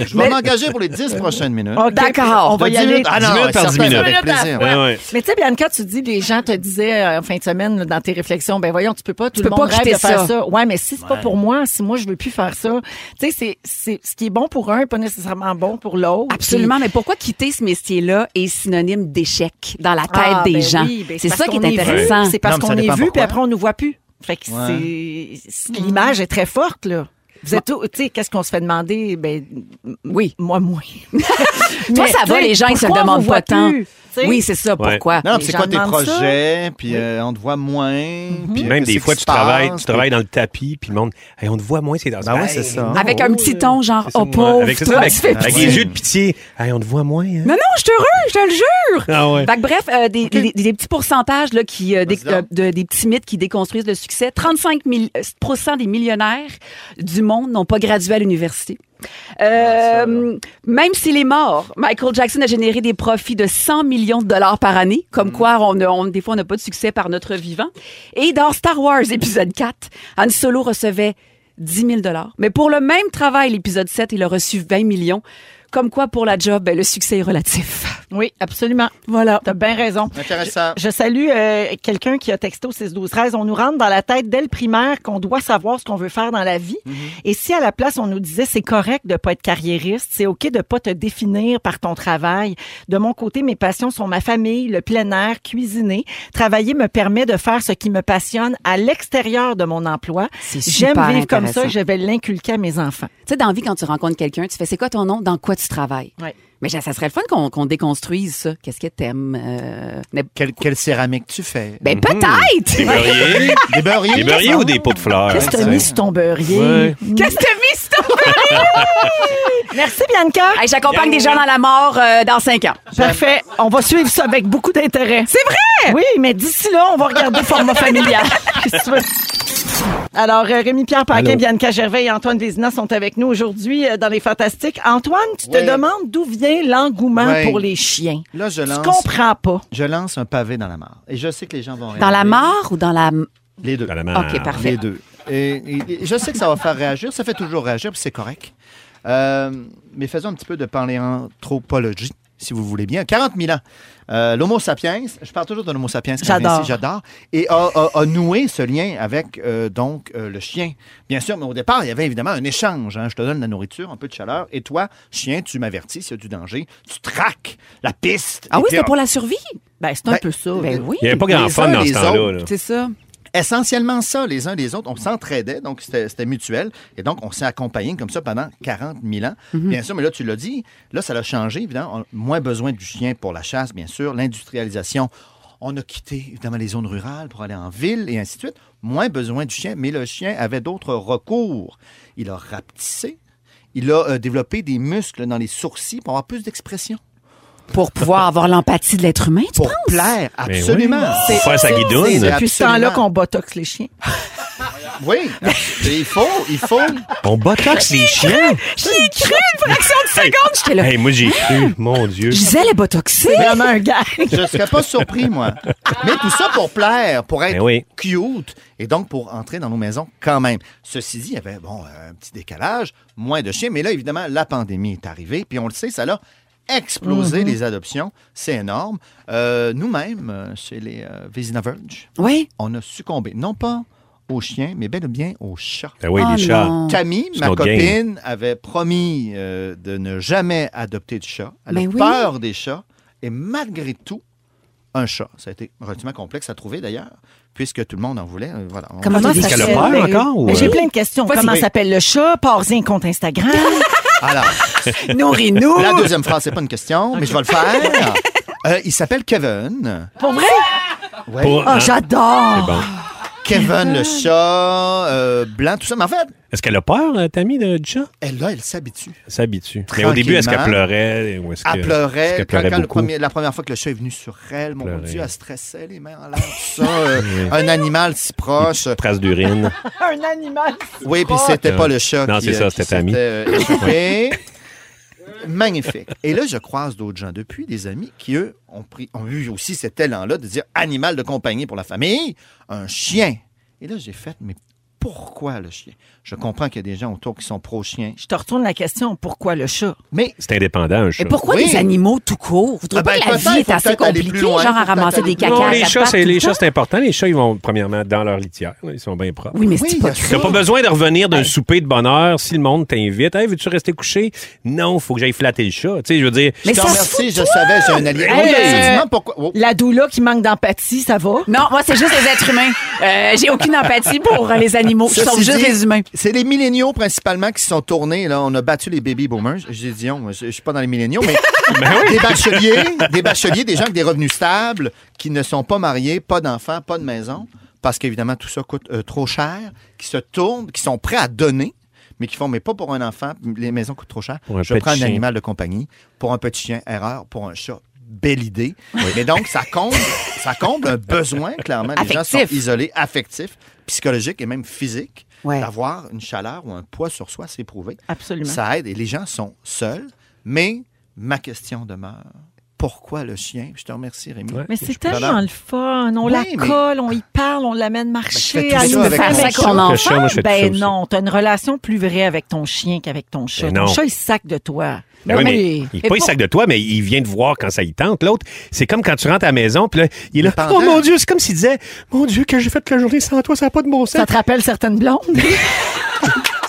Je vais m'engager pour les dix prochaines minutes.
OK,
D'accord.
On va
Dix
y aller.
minutes- Ah non,
Dix minutes par
certain,
dix minutes.
avec plaisir.
Ouais, ouais.
Mais tu sais, Bianca, tu dis, les gens te disaient euh, en fin de semaine là, dans tes réflexions, ben voyons, tu peux pas, tout
Tu
le
peux
monde
pas
rêve de
quitter
faire ça.
ça.
Ouais, mais si c'est pas pour moi, si moi je veux plus faire ça, tu sais, c'est- c'est ce qui est bon pour un est pas nécessairement bon pour l'autre.
Absolument, mais pourquoi quitter ce métier-là est synonyme d'échec dans la tête
Puis- Ah,
des
ben
gens?
oui, ben
c'est
parce
ça qui
qu'on
est
vu,
intéressant.
C'est parce
Non, mais
qu'on est
ça
vu,
dépend
puis
pourquoi.
après on nous voit plus. Fait que c'est c'est- l'image est très forte là. Vous êtes, au- tu sais, qu'est-ce qu'on se fait demander Ben m-
Oui.
moi, moi.
Toi, ça va, les gens, ils se le demandent pas tant. Oui,
Oui,
c'est ça.
Ouais.
Pourquoi?
Non,
Les
c'est
gens
quoi tes
demandent ça. Mm-hmm.
projets, puis euh, on te voit moins. puis, euh,
Même
qu'est-ce
des
qui
fois,
se
tu travailles,
passe,
tu travailles dans le tapis, puis le monde, hey, on te voit moins, c'est dans
Ben ouais,
Hey,
c'est ça.
non.
Avec un petit ton, genre,
C'est ça,
oh
moi.
pauvre,
Avec, c'est ça,
toi,
avec,
tu fais
avec
pitié. Ben,
des yeux de pitié. Hey, on te voit moins, hein?
Non, non, je te heureux, je te le jure.
Ah ouais.
Fait que bref, euh, des, des- des- des petits pourcentages là, qui, euh, des,
Vas-y donc.
euh, de- des petits mythes qui déconstruisent le succès. 35 000, euh, pourcent des millionnaires du monde n'ont pas gradué à l'université.
Ah,
Euh, même s'il est mort, Michael Jackson a généré des profits de 100 millions de dollars par année, comme
Mm.
quoi on, a- on- des fois on n'a pas de succès par notre vivant. Et dans Star Wars épisode 4, Han Solo recevait 10 000 dollars. Mais pour le même travail, l'épisode 7, il a reçu 20 millions. Comme quoi, pour la job, ben, le succès est relatif.
oui, absolument.
Voilà.
T'as bien raison.
Intéressant.
Je salue euh, quelqu'un qui a texté au 6 12 13 On nous rentre dans la tête dès le primaire qu'on doit savoir ce qu'on veut faire dans la vie.
Mm-hmm.
Et si à la place on nous disait c'est correct de pas être carriériste, c'est ok de pas te définir par ton travail. De mon côté, mes passions sont ma famille, le plein air, cuisiner. Travailler me permet de faire ce qui me passionne à l'extérieur de mon emploi.
C'est
J'aime
super
vivre comme ça et
intéressant.
je vais l'inculquer à mes enfants.
Tu sais, dans la vie, quand tu rencontres quelqu'un, tu fais c'est quoi ton nom, dans quoi tu travailles.
Ouais.
Mais ça ça serait le fun qu'on qu'on déconstruise ça. Qu'est-ce que t'aimes? euh, mais-
Quelle, quelle céramique tu fais?
Ben peut-être!
Des beurriers?
des beurriers.
Des beurriers ou des pots de
Ah
fleurs?
Qu'est-ce que t'as
c'est-
mis sur ton beurrier?
Ouais.
Qu'est-ce que t'as mis, c'est toi?
Merci Bianca.
Hey, J'accompagne des gens dans la mort euh, dans cinq ans.
Parfait. On va suivre ça avec beaucoup d'intérêt.
C'est vrai!
Oui, mais d'ici là, on va regarder format familial. Qu'est-ce que tu veux? Alors, euh, Rémi-Pierre Paquin,
Allô.
Bianca Gervais et Antoine Vézina sont avec nous aujourd'hui euh, dans Les Fantastiques. Antoine, tu te
Ouais.
demandes d'où vient l'engouement
Ouais.
pour les chiens.
Là, je
Tu
lance,
comprends pas.
je lance un pavé dans la mare. Et je sais que les gens vont réagir.
Dans la mort ou dans la...
Les deux.
Dans la mare.
OK, parfait.
Euh, Les deux. Et, et- et je sais que ça va faire réagir. Ça fait toujours réagir, puis c'est correct. Euh, mais faisons un petit peu de paléanthropologie, si vous voulez bien. 40 000 ans. Euh, L'Homo sapiens, je parle toujours de l'Homo sapiens, quand je viens
J'adore.
ici, j'adore, et a, a- a noué ce lien avec euh, donc euh, le chien. Bien sûr, mais au départ, il y avait évidemment un échange. hein. Je te donne la nourriture, un peu de chaleur, et toi, chien, tu m'avertis s'il y a du danger, tu traques la piste.
Ah oui,
Et puis,
c'était pour la survie?
Ben, c'est un
Ben,
peu ça.
Ben oui.
Il n'y avait pas grand
Les
fun
uns,
dans ce
les
temps-là.
autres.
là.
C'est ça.
essentiellement ça, les uns les autres. On s'entraidait, donc c'était c'était mutuel. Et donc, on s'est accompagné comme ça pendant 40 000 ans.
Mhm.
Bien sûr, mais là, tu l'as dit, là, ça l'a changé, évidemment. On- moins besoin du chien pour la chasse, bien sûr. L'industrialisation, On a quitté, évidemment, les zones rurales pour aller en ville et ainsi de suite. Moins besoin du chien, mais le chien avait d'autres recours. Il a rapetissé. Il a euh, développé des muscles dans les sourcils pour avoir plus d'expression.
Pour pouvoir avoir l'empathie de l'être humain, tu
Pour
penses?
plaire,
Mais oui.
absolument.
Pour faire sa
c'est-
guidoune.
Depuis ce
absolument.
temps-là qu'on botoxe les chiens.
Oui, Et il faut, il faut.
On botox les chiens.
J'ai cru une fraction de
Hey.
seconde, j'étais là. Hein?
Hey, moi, j'ai cru. Mon Dieu.
Gisèle est botoxée.
Vraiment un gars.
Je serais pas surpris, moi. Mais tout ça pour plaire, pour être
Ben oui.
cute et donc pour entrer dans nos maisons quand même. Ceci dit, il y avait bon, euh, un petit décalage, moins de chiens. Mais là, évidemment, la pandémie est arrivée. Puis on le sait, ça l'a explosé les adoptions. C'est énorme. Euh, Nous-mêmes, euh, chez les euh, Vézina Verge,
Oui.
on a succombé, non pas aux chiens, mais bel et bien aux chats.
Ben oui,
Oh
les chats.
non.
Camille,
C'est
ma
notre game.
copine, avait promis euh, de ne jamais adopter de chat. Elle
Mais
a
oui.
peur des chats. Et malgré tout, un chat. Ça a été relativement complexe à trouver d'ailleurs, puisque tout le monde en voulait. Euh, Voilà. On-
Comment
Est-ce
ça
qu'elle a
s'appelle?
peur
Ben,
encore? ou,
ben, J'ai
euh,
plein de questions.
Voici-
Comment
Oui.
s'appelle le chat? Parsez un compte Instagram.
Alors,
Nourris-nous.
la deuxième phrase, c'est pas une question, mais je vais le faire. Euh, il s'appelle Kevin.
Pour vrai?
Ouais.
Oh,
pour- hein,
j'adore!
c'est bon.
Kevin le chat, euh, blanc, tout ça. Mais en fait,
Est-ce qu'elle a peur, euh, Tammy, de- du chat?
elle, là, elle s'habitue.
Elle s'habitue. Mais au début, est-ce qu'elle
Tranquillement.
pleurait? ou est-ce que-
Elle pleurait,
est-ce qu'elle
quand,
pleurait
quand le
beaucoup?
premier- la première fois que le chat est venu sur elle, mon
Pleurait.
Dieu, elle stressait les mains en l'air, tout ça. euh, un animal si proche.
Trace d'urine.
Un animal.
Oui, puis c'était pas le chat
Ah, Non,
qui,
c'est ça,
euh,
c'était
qui
ta amie.
s'était, euh, échappé. Magnifique. Et là, je croise d'autres gens depuis, des amis qui, eux, ont, pris, ont eu aussi cet élan-là de dire animal de compagnie pour la famille, un chien. Et là, j'ai fait, mais pourquoi le chien? Je comprends qu'il y a des gens autour qui sont pro-chien.
Je te retourne la question. Pourquoi le chat?
Mais
C'est indépendant, un chat.
Mais pourquoi
Euh, Oui.
les animaux tout court? Vous trouvez
Ah ben,
pas que la
peut-être,
vie est
faut
assez
peut-être aller plus
compliquée,
loin,
genre à
faut
ramasser
peut-être
des
aller plus
caca
Non,
loin.
à
les
quatre
chats,
pattes
c'est,
tout
les
le
chats,
temps?
c'est important. Les chats, ils vont premièrement dans leur litière. là, Ils sont bien propres.
Oui, mais
Oui,
c'est
il y
pas
a
ça.
T'as pas besoin de revenir d'un souper de bonheur si le monde t'invite. Hey, veux-tu rester couché? Non, faut que j'aille flatter le chat. Tu sais, je veux dire.
Mais
je te
ça se
remercie, je savais, j'ai un allié.
Hey,
Oui,
euh,
absolument, pourquoi? Oh.
La doula qui manque d'empathie, ça va?
Non, moi, c'est juste les êtres humains. Euh, J'ai aucune empathie pour euh, les animaux. Je sauve
Ceci
juste
dit,
les humains.
C'est les milléniaux principalement qui se sont tournés. Là. On a battu les baby boomers. J'ai dit, on, je, je suis pas dans les milléniaux, mais
Ben
des bacheliers, des bacheliers, des gens avec des revenus stables, qui ne sont pas mariés, pas d'enfants, pas de maison, parce qu'évidemment tout ça coûte euh, trop cher, qui se tournent, qui sont prêts à donner. Mais qui font, mais pas pour un enfant, les maisons coûtent trop cher.
Pour un
Je
petit
prends un
chien.
animal de compagnie, pour un petit chien, erreur, pour un chat, belle idée. Mais donc, ça comble, ça comble un besoin, clairement. Les gens sont
Affectif.
isolés, affectifs, psychologiques et même physiques.
Ouais.
D'avoir une chaleur ou un poids sur soi, c'est prouvé.
Absolument.
Ça aide et les gens sont seuls. Mais ma question demeure pourquoi le chien Je te remercie, Rémi.
Ouais.
Mais c'est
Voilà.
tellement le fun. On
Oui,
la
mais-
colle, on y parle, on l'amène
Ben,
marcher.
je fais tout
elle
ça
nous
avec
fait
mon
avec
chat.
son
Le
chat,
enfant.
moi, je fais tout ça
Ben
aussi.
non, t'as une relation plus vraie avec ton chien qu'avec ton chat.
Ben
ton
non.
chat, il se sac de toi.
Ben oui,
Non,
mais
mais-
il est
mais
pas il
pour-
sac de toi, mais il vient de voir quand ça y tente. L'autre, c'est comme quand tu rentres à la maison, puis là, il est là.
Dépendant.
Oh mon Dieu, c'est comme s'il disait Mon Dieu, que j'ai fait la journée sans toi, ça n'a pas de bon sens.
Ça te rappelle certaines blondes?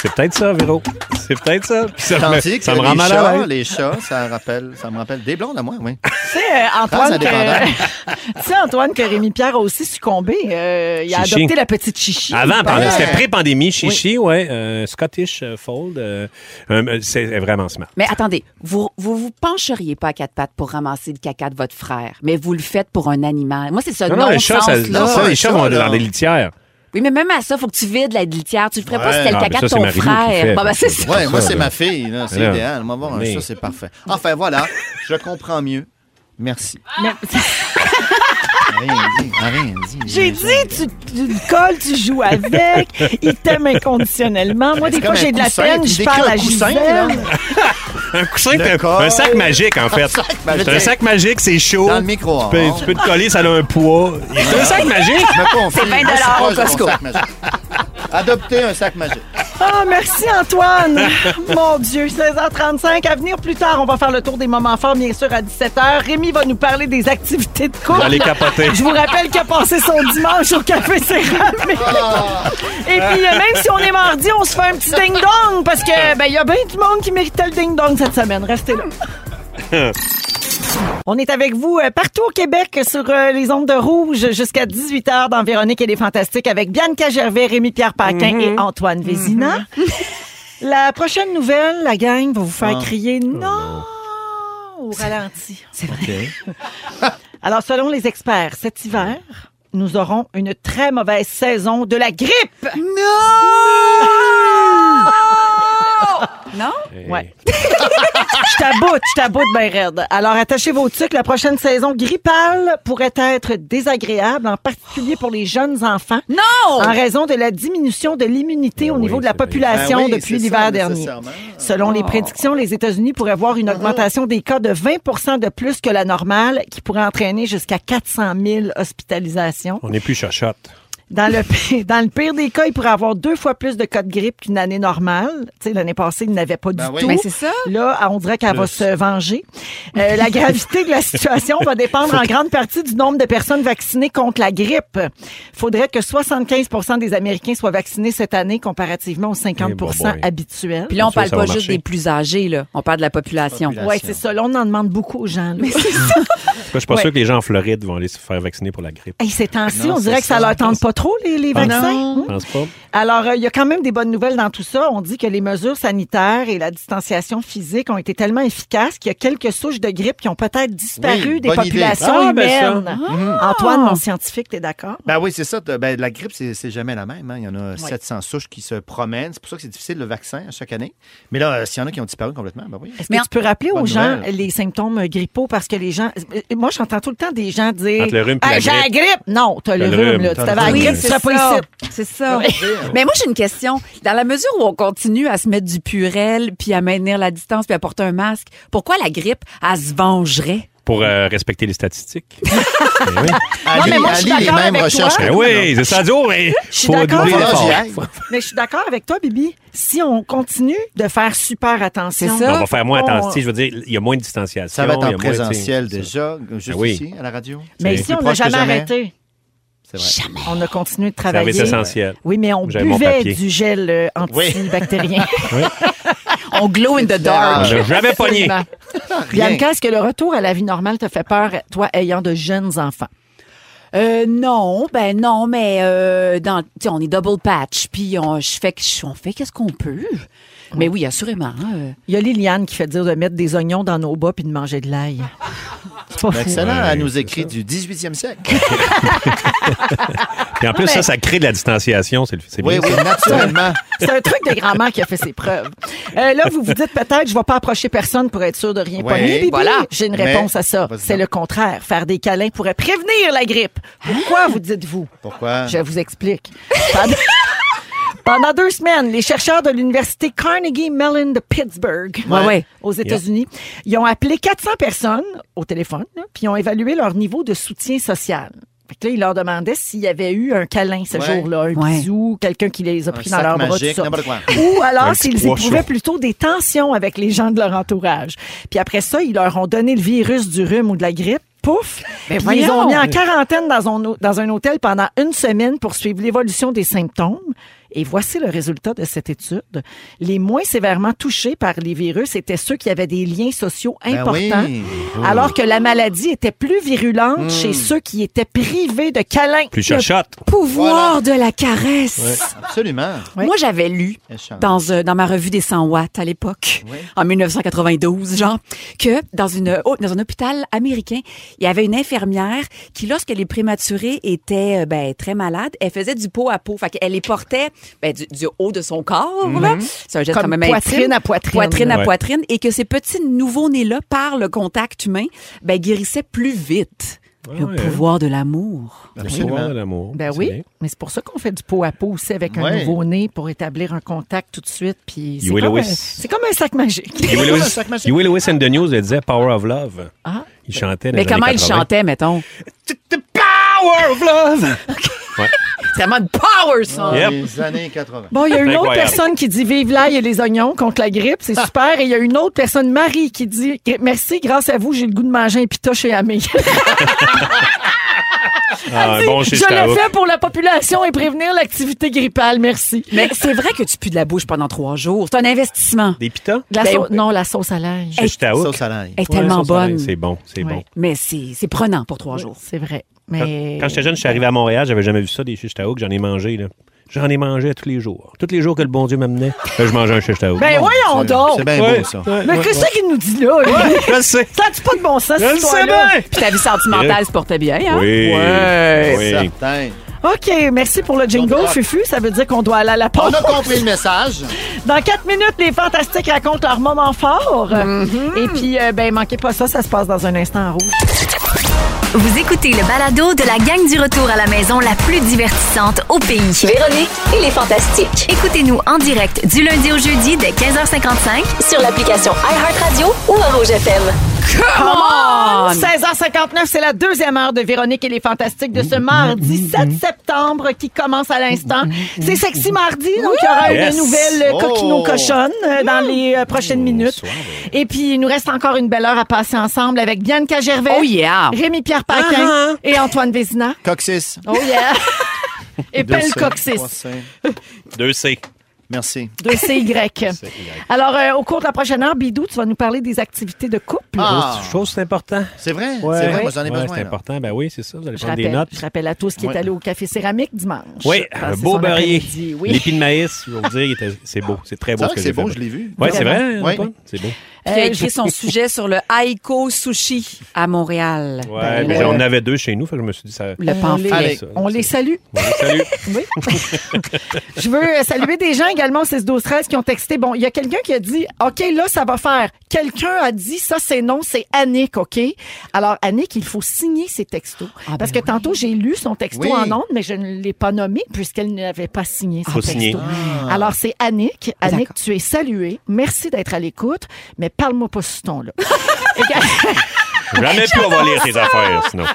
C'est peut-être ça, Véro. C'est peut-être ça. Puis ça, me,
Tandis que
ça me rend hein.
les,
mal à
chats,
l'aise.
les chats, ça, rappelle, ça me rappelle des blondes à moi, oui.
Tu sais, euh,
Ah,
Antoine,
Très
hein.
indépendant.
que, tu sais, Antoine, que Rémi Pierre a aussi succombé. euh, il a
Chichi.
adopté la petite chichi.
Avant, pendant-
Ouais.
c'était pré-pandémie, chichi, ouais, euh, Scottish euh, Fold, euh, euh, c'est vraiment smart.
Mais attendez, vous, vous vous pencheriez pas à quatre pattes pour ramasser le caca de votre frère, mais vous le faites pour un animal. Moi, c'est ça
Non, non, les chats, ça-
non-sens-là.
non,
ça, les
un
chats
chat,
vont
là.
dans des litières.
Oui, mais même à ça, faut que tu vides la litière. Tu le ferais pas
Ouais.
si c'était le
Ah,
caca
mais ça,
de
c'est
ton
Marie-Lou qui le fait.
frère. Bon, ben, c'est ça.
Ouais, moi,
ça,
c'est
là.
ma fille, là, c'est
Alors,
idéal. Moi, voir un
mais-
chat, c'est parfait. Enfin, voilà, je comprends mieux. Merci.
Mais-
Rien dit, rien dit.
J'ai dit, tu, tu le colles, tu joues avec, il t'aime inconditionnellement. Moi,
C'est
des fois,
comme un
j'ai de la
coussin,
peine,
tu
je
décris
parle
un
à
coussin,
Gisèle.
là.
Un coussin,
Le
t'as-
col.
un sac magique, en fait.
sac magique.
C'est un sac magique, c'est chaud.
Dans le micro-ondes.
Tu peux, tu peux te coller, ça a un poids. C'est un sac magique.
Je me confie.
C'est 20
Moi, c'est pas
au
un bon
Costco.
sac magique. Adopter un sac magique.
Ah, merci Antoine! Mon Dieu, 16h35. À venir plus tard, on va faire le tour des moments forts, bien sûr, à 17h. Rémi va nous parler des activités de couple.
Vous allez capoter.
Je vous rappelle qu'il a passé son dimanche au Café Céramique.
Ah!
Et puis, euh, même si on est mardi, on se fait un petit ding-dong parce que ben, il y a bien du monde qui méritait le ding-dong cette semaine. Restez là. On est avec vous euh, partout au Québec euh, sur euh, les ondes de rouge jusqu'à 18h dans Véronique et les Fantastiques avec Bianca Gervais, Rémi-Pierre Paquin et Antoine Vézina. La prochaine nouvelle, la gang va vous faire crier non au ralenti.
C'est vrai.
Alors, selon les experts, cet hiver, nous aurons une très mauvaise saison de la grippe.
Non?
Ouais. je taboute, je taboute bien raide. Alors, attachez vos tucs. La prochaine saison grippale pourrait être désagréable, en particulier pour les jeunes enfants,
Non!
en raison de la diminution de l'immunité
Ah
au
oui,
niveau de la
c'est vrai.
population
Ben oui,
depuis
c'est ça, Ah. Uh-huh.
l'hiver dernier.
nécessairement.
Selon les prédictions, les États-Unis pourraient voir une augmentation des cas de 20 de plus que la normale, qui pourrait entraîner jusqu'à 400 000 hospitalisations.
On n'est plus chachotte.
Dans le, pire, dans le pire des cas, il pourrait avoir deux fois plus de cas de grippe qu'une année normale. Tu sais, l'année passée, il n'avait pas
Ben
du
oui.
tout.
Ben, c'est ça.
Là, on dirait qu'elle va se venger. Euh, la gravité de la situation va dépendre en grande partie du nombre de personnes vaccinées contre la grippe. Faudrait que 75 des Américains soient vaccinés cette année comparativement aux 50
Eh, bon, bon, oui.
habituels.
Puis là, on
Sûr,
parle
ça
pas
va
juste
marcher.
des plus âgés, là. On parle de la population.
Population.
Oui, c'est ça. Là, on en demande beaucoup aux gens. là.
Moi, Je suis pas
Ouais.
sûr que les gens en Floride vont aller se faire vacciner pour la grippe.
Hey, ces temps-ci,
Non,
on
c'est
dirait que ça
ça.
leur tente pas trop, les, les
Ah,
vaccins.
non.
Hmm?
Je pense pas.
Alors, euh, il y a quand même des bonnes nouvelles dans tout ça. On dit que les mesures sanitaires et la distanciation physique ont été tellement efficaces qu'il y a quelques souches de grippe qui ont peut-être disparu
Oui,
des
bonne idée.
populations
Ah, ben ça.
humaines. Antoine, mon scientifique, t'es d'accord?
Ben oui, c'est ça. T'as- Ben, la grippe, c'est c'est jamais la même. hein. Il y en a 700 souches qui se promènent. C'est pour ça que c'est difficile le vaccin à chaque année. Mais là, euh, s'il y en a qui ont disparu complètement, ben oui.
Est-ce
Mais
que
en-
tu peux rappeler aux
Bonne
gens
nouvelle.
les symptômes grippaux parce que les gens. euh, Moi, j'entends tout le temps des gens dire.
Entre le rhume puis la
Ah, j'ai la
grippe.
grippe! Non, t'as le,
le
rhume,
rhume,
là. Tu
t'as
avais
le
la
rhume.
grippe,
Oui,
tu
c'est
serais pas
ça.
ici.
C'est ça. Mais moi, j'ai une question. Dans la mesure où on continue à se mettre du purel, puis à maintenir la distance, puis à porter un masque, pourquoi la grippe, elle se vengerait?
Pour euh, respecter les statistiques. Ben oui,
Allez,
mais moi, je suis
allez, les
d'accord
mêmes
avec toi.
recherches.
Ben
que nous,
oui c'est ça dur, mais
suis
faut
d'accord.
doubler
là. Voilà,
l'effort.
j'y aille.
Mais je suis d'accord avec toi, Bibi. Si on continue de faire super attention.
C'est ça.
On va faire moins
Ah, on-
attention. Je veux dire, il y a moins de distanciation.
Ça va être
il y a
en
moins, tu sais,
présentiel
ça.
déjà, juste
Ben oui.
ici, à la radio.
Mais
C'est
ici, on
plus
n'a
proche que
jamais
jamais.
arrêté.
C'est vrai.
On a continué de
Ça va
travailler.
être essentiel.
Oui, mais on
J'avais mon
buvait
papier.
du gel euh, antibactérien.
On glow in the
On
dark.
Ah,
l'a jamais pogné.
Absolument. Bianca, est-ce que le retour à la vie normale te fait peur, toi, ayant de jeunes enfants?
Euh, non, ben non, mais euh, dans, tu sais, on est double patch, puis on, je fais, que- on fait qu'est-ce qu'on peut. Mais oui, assurément. euh,
Il y a Liliane qui fait dire de mettre des oignons dans nos bas puis de manger de l'ail. C'est pas
Ben,
fou.
Excellent.
Ouais,
Elle nous écrit du 18e siècle.
Et en plus, ça, ça crée de la distanciation. C'est le- c'est
Oui,
bien
oui,
ça.
naturellement.
C'est un truc de grand-mère qui a fait ses preuves. Euh, là, vous vous dites peut-être, je vais pas approcher personne pour être sûr de rien
Ouais.
pogner. Bibi.
Voilà.
J'ai une
Mais-
réponse à ça.
Vas-y
C'est
donc.
le contraire. Faire des câlins pourrait prévenir la grippe.
Ah!
Pourquoi vous dites-vous?
Pourquoi?
Je vous explique. Pendant- Pendant deux semaines, les chercheurs de l'université Carnegie Mellon de Pittsburgh,
Ouais, ouais.
aux États-Unis, ils ont appelé 400 personnes au téléphone, là, puis ils ont évalué leur niveau de soutien social. Fait que là, ils leur demandaient s'il y avait eu un câlin ce
Ouais.
jour-là, un
Ouais.
bisou, quelqu'un qui les a
Un
pris dans
sac
leur bras, tout
magique,
ça.
n'importe quoi.
Ou
Un
alors
petit
s'ils
pois
éprouvaient
chaud.
plutôt des tensions avec les gens de leur entourage. Puis après ça, ils leur ont donné le virus du rhume ou de la grippe. Pouf!
Mais
Puis ils les
Ben voyons!
ont mis en quarantaine dans un, dans un hôtel pendant une semaine pour suivre l'évolution des symptômes. Et voici le résultat de cette étude. Les moins sévèrement touchés par les virus étaient ceux qui avaient des liens sociaux
Ben
importants,
oui. Oh.
alors que la maladie était plus virulente chez ceux qui étaient privés de câlins.
Plus chachotte.
pouvoir de la caresse.
Absolument.
Ouais.
Moi, j'avais lu
Échange.
dans, euh, dans ma revue des 100 watts à l'époque,
Ouais.
en 1992, genre, que dans, une, oh, dans un hôpital américain, il y avait une infirmière qui, lorsque les prématurés étaient euh, ben, très malades, elle faisait du pot à peau. Fait qu'elle les portait ben, du, du haut de son corps. là. C'est un geste
Comme
quand même
poitrine
intime.
à poitrine.
Poitrine à
Ouais.
poitrine. Et que ces petits nouveaux-nés-là, par le contact humain, ben, guérissaient plus vite. le
ouais.
pouvoir de l'amour.
Le pouvoir
Absolument.
de l'amour.
Ben
C'est
oui,
bien.
mais c'est pour ça qu'on fait du pot à pot aussi avec un
Ouais.
nouveau-né pour établir un contact tout de suite. Puis c'est
Huey
comme, un-
Lewis.
c'est comme un sac magique.
Huey
Un
Lewis,
sac magique.
Huey Lewis and the News le disait Power of Love.
Ah.
Il chantait dans
Mais
les
comment
années
il
80.
chantait, mettons?
The power of love!
C'est vraiment une power song.
Yep.
Ah, Les années 80.
Bon, il y a une autre
Incroyable.
personne qui dit Vive l'ail et les oignons contre la grippe, c'est super. Et il y a une autre personne, Marie, qui dit Merci, grâce à vous, j'ai le goût de manger un pita chez Amé.
Ah, un bon
je
chez
le
Starhawk.
fais pour la population et prévenir l'activité grippale, merci.
Mais c'est vrai que tu pues de la bouche pendant trois jours. C'est un investissement.
Des pitas?
La
Ben,
sau- non, la sauce à l'ail.
Chez Starhawk.
Sauce à l'ail.
Elle est
Ouais,
tellement
sauce à l'ail,
bonne.
C'est bon, c'est bon.
Mais c'est c'est prenant pour trois jours.
C'est vrai.
Quand
Mais
quand j'étais jeune, je suis arrivé à Montréal, j'avais jamais vu ça, des chiches Taouk, j'en ai mangé. Là. J'en ai mangé à tous les jours. Tous les jours que le bon Dieu m'amenait, euh, je mangeais un chiche-tao.
Ben voyons
C'est-
donc!
C'est bien
Ouais,
beau, ça.
ouais,
Mais
ouais,
qu'est-ce qu'il nous dit là? lui?
ouais. Je le sais.
Ça a-tu pas de bon sens, cette
Je le sais
histoire-là?
bien.
Puis ta vie sentimentale se portait bien, hein?
Oui.
Ouais.
Oui.
Certain.
OK, merci pour le jingle, Fufu. Ça veut dire qu'on doit aller à la
On
pause.
Ah,
a compris le message.
Dans quatre minutes, les Fantastiques racontent leur moment fort. Et puis, euh, ben, manquez pas ça, ça se passe dans un instant en rouge.
Vous écoutez le balado de la gang du retour à la maison la plus divertissante au pays.
Véronique et les Fantastiques.
Écoutez-nous en direct du lundi au jeudi dès 15h55
Sur l'application iHeartRadio ou à Rouge FM.
16h59, c'est la deuxième heure de Véronique et les Fantastiques de ce mardi 7 septembre qui commence à l'instant. C'est Sexy Mardi, donc il y aura
Yes.
une nouvelle
Oh.
coquino-cochonne euh, dans les euh, prochaines minutes. Et puis, il nous reste encore une belle heure à passer ensemble avec Bianca Gervais,
Oh yeah!
Rémi-Pierre Paquin et Antoine Vézina.
Coccyx.
Oh yeah! et
Deux
Pelle
C,
Coxis.
trois C.
Deux C.
Merci.
De CY. Alors, euh, au cours de la prochaine heure, Bidou, tu vas nous parler des activités de couple.
Ah,
Chose, c'est important.
c'est vrai.
Ouais.
C'est vrai, moi j'en ai
Ouais,
besoin.
C'est
là.
important. Ben oui, c'est ça. Vous allez
Je
prendre des notes.
rappelle, je rappelle à tous qui est
Ouais.
allé au Café Céramique dimanche.
Oui, un
Passer
beau
son
beurrier.
après-midi, Oui.
L'épi de maïs, je vais vous dire, il était- c'est beau. C'est très
C'est
beau ce
vrai que
que
c'est
j'ai
beau,
fait.
je l'ai vu.
Oui, c'est vrai,
Ouais.
Antoine? C'est beau.
Qui a écrit son sujet sur le Aiko Sushi à Montréal.
Ouais, mais
ouais.
on en avait deux chez nous, fait que je me suis dit ça.
Le
On les-
pamphlet.
Allez.
ça,
On
ça.
les salue.
Ouais, salut.
Oui. je veux euh, saluer des gens également au 6 12 13 qui ont texté. Bon, il y a quelqu'un qui a dit OK, là, ça va faire. Quelqu'un a dit ça, c'est non, c'est Annick, OK? Alors, Annick, il faut signer ses textos.
ben
parce que tantôt, j'ai lu son texto
Oui.
en ondes, mais je ne l'ai pas nommé puisqu'elle n'avait pas signé son
Faut
texto.
signer.
Alors, c'est Annick.
Ah,
Annick,
d'accord.
tu es saluée. Merci d'être à l'écoute, mais parle-moi pas ce ton-là. Également-
Jamais plus on va lire tes affaires, sinon.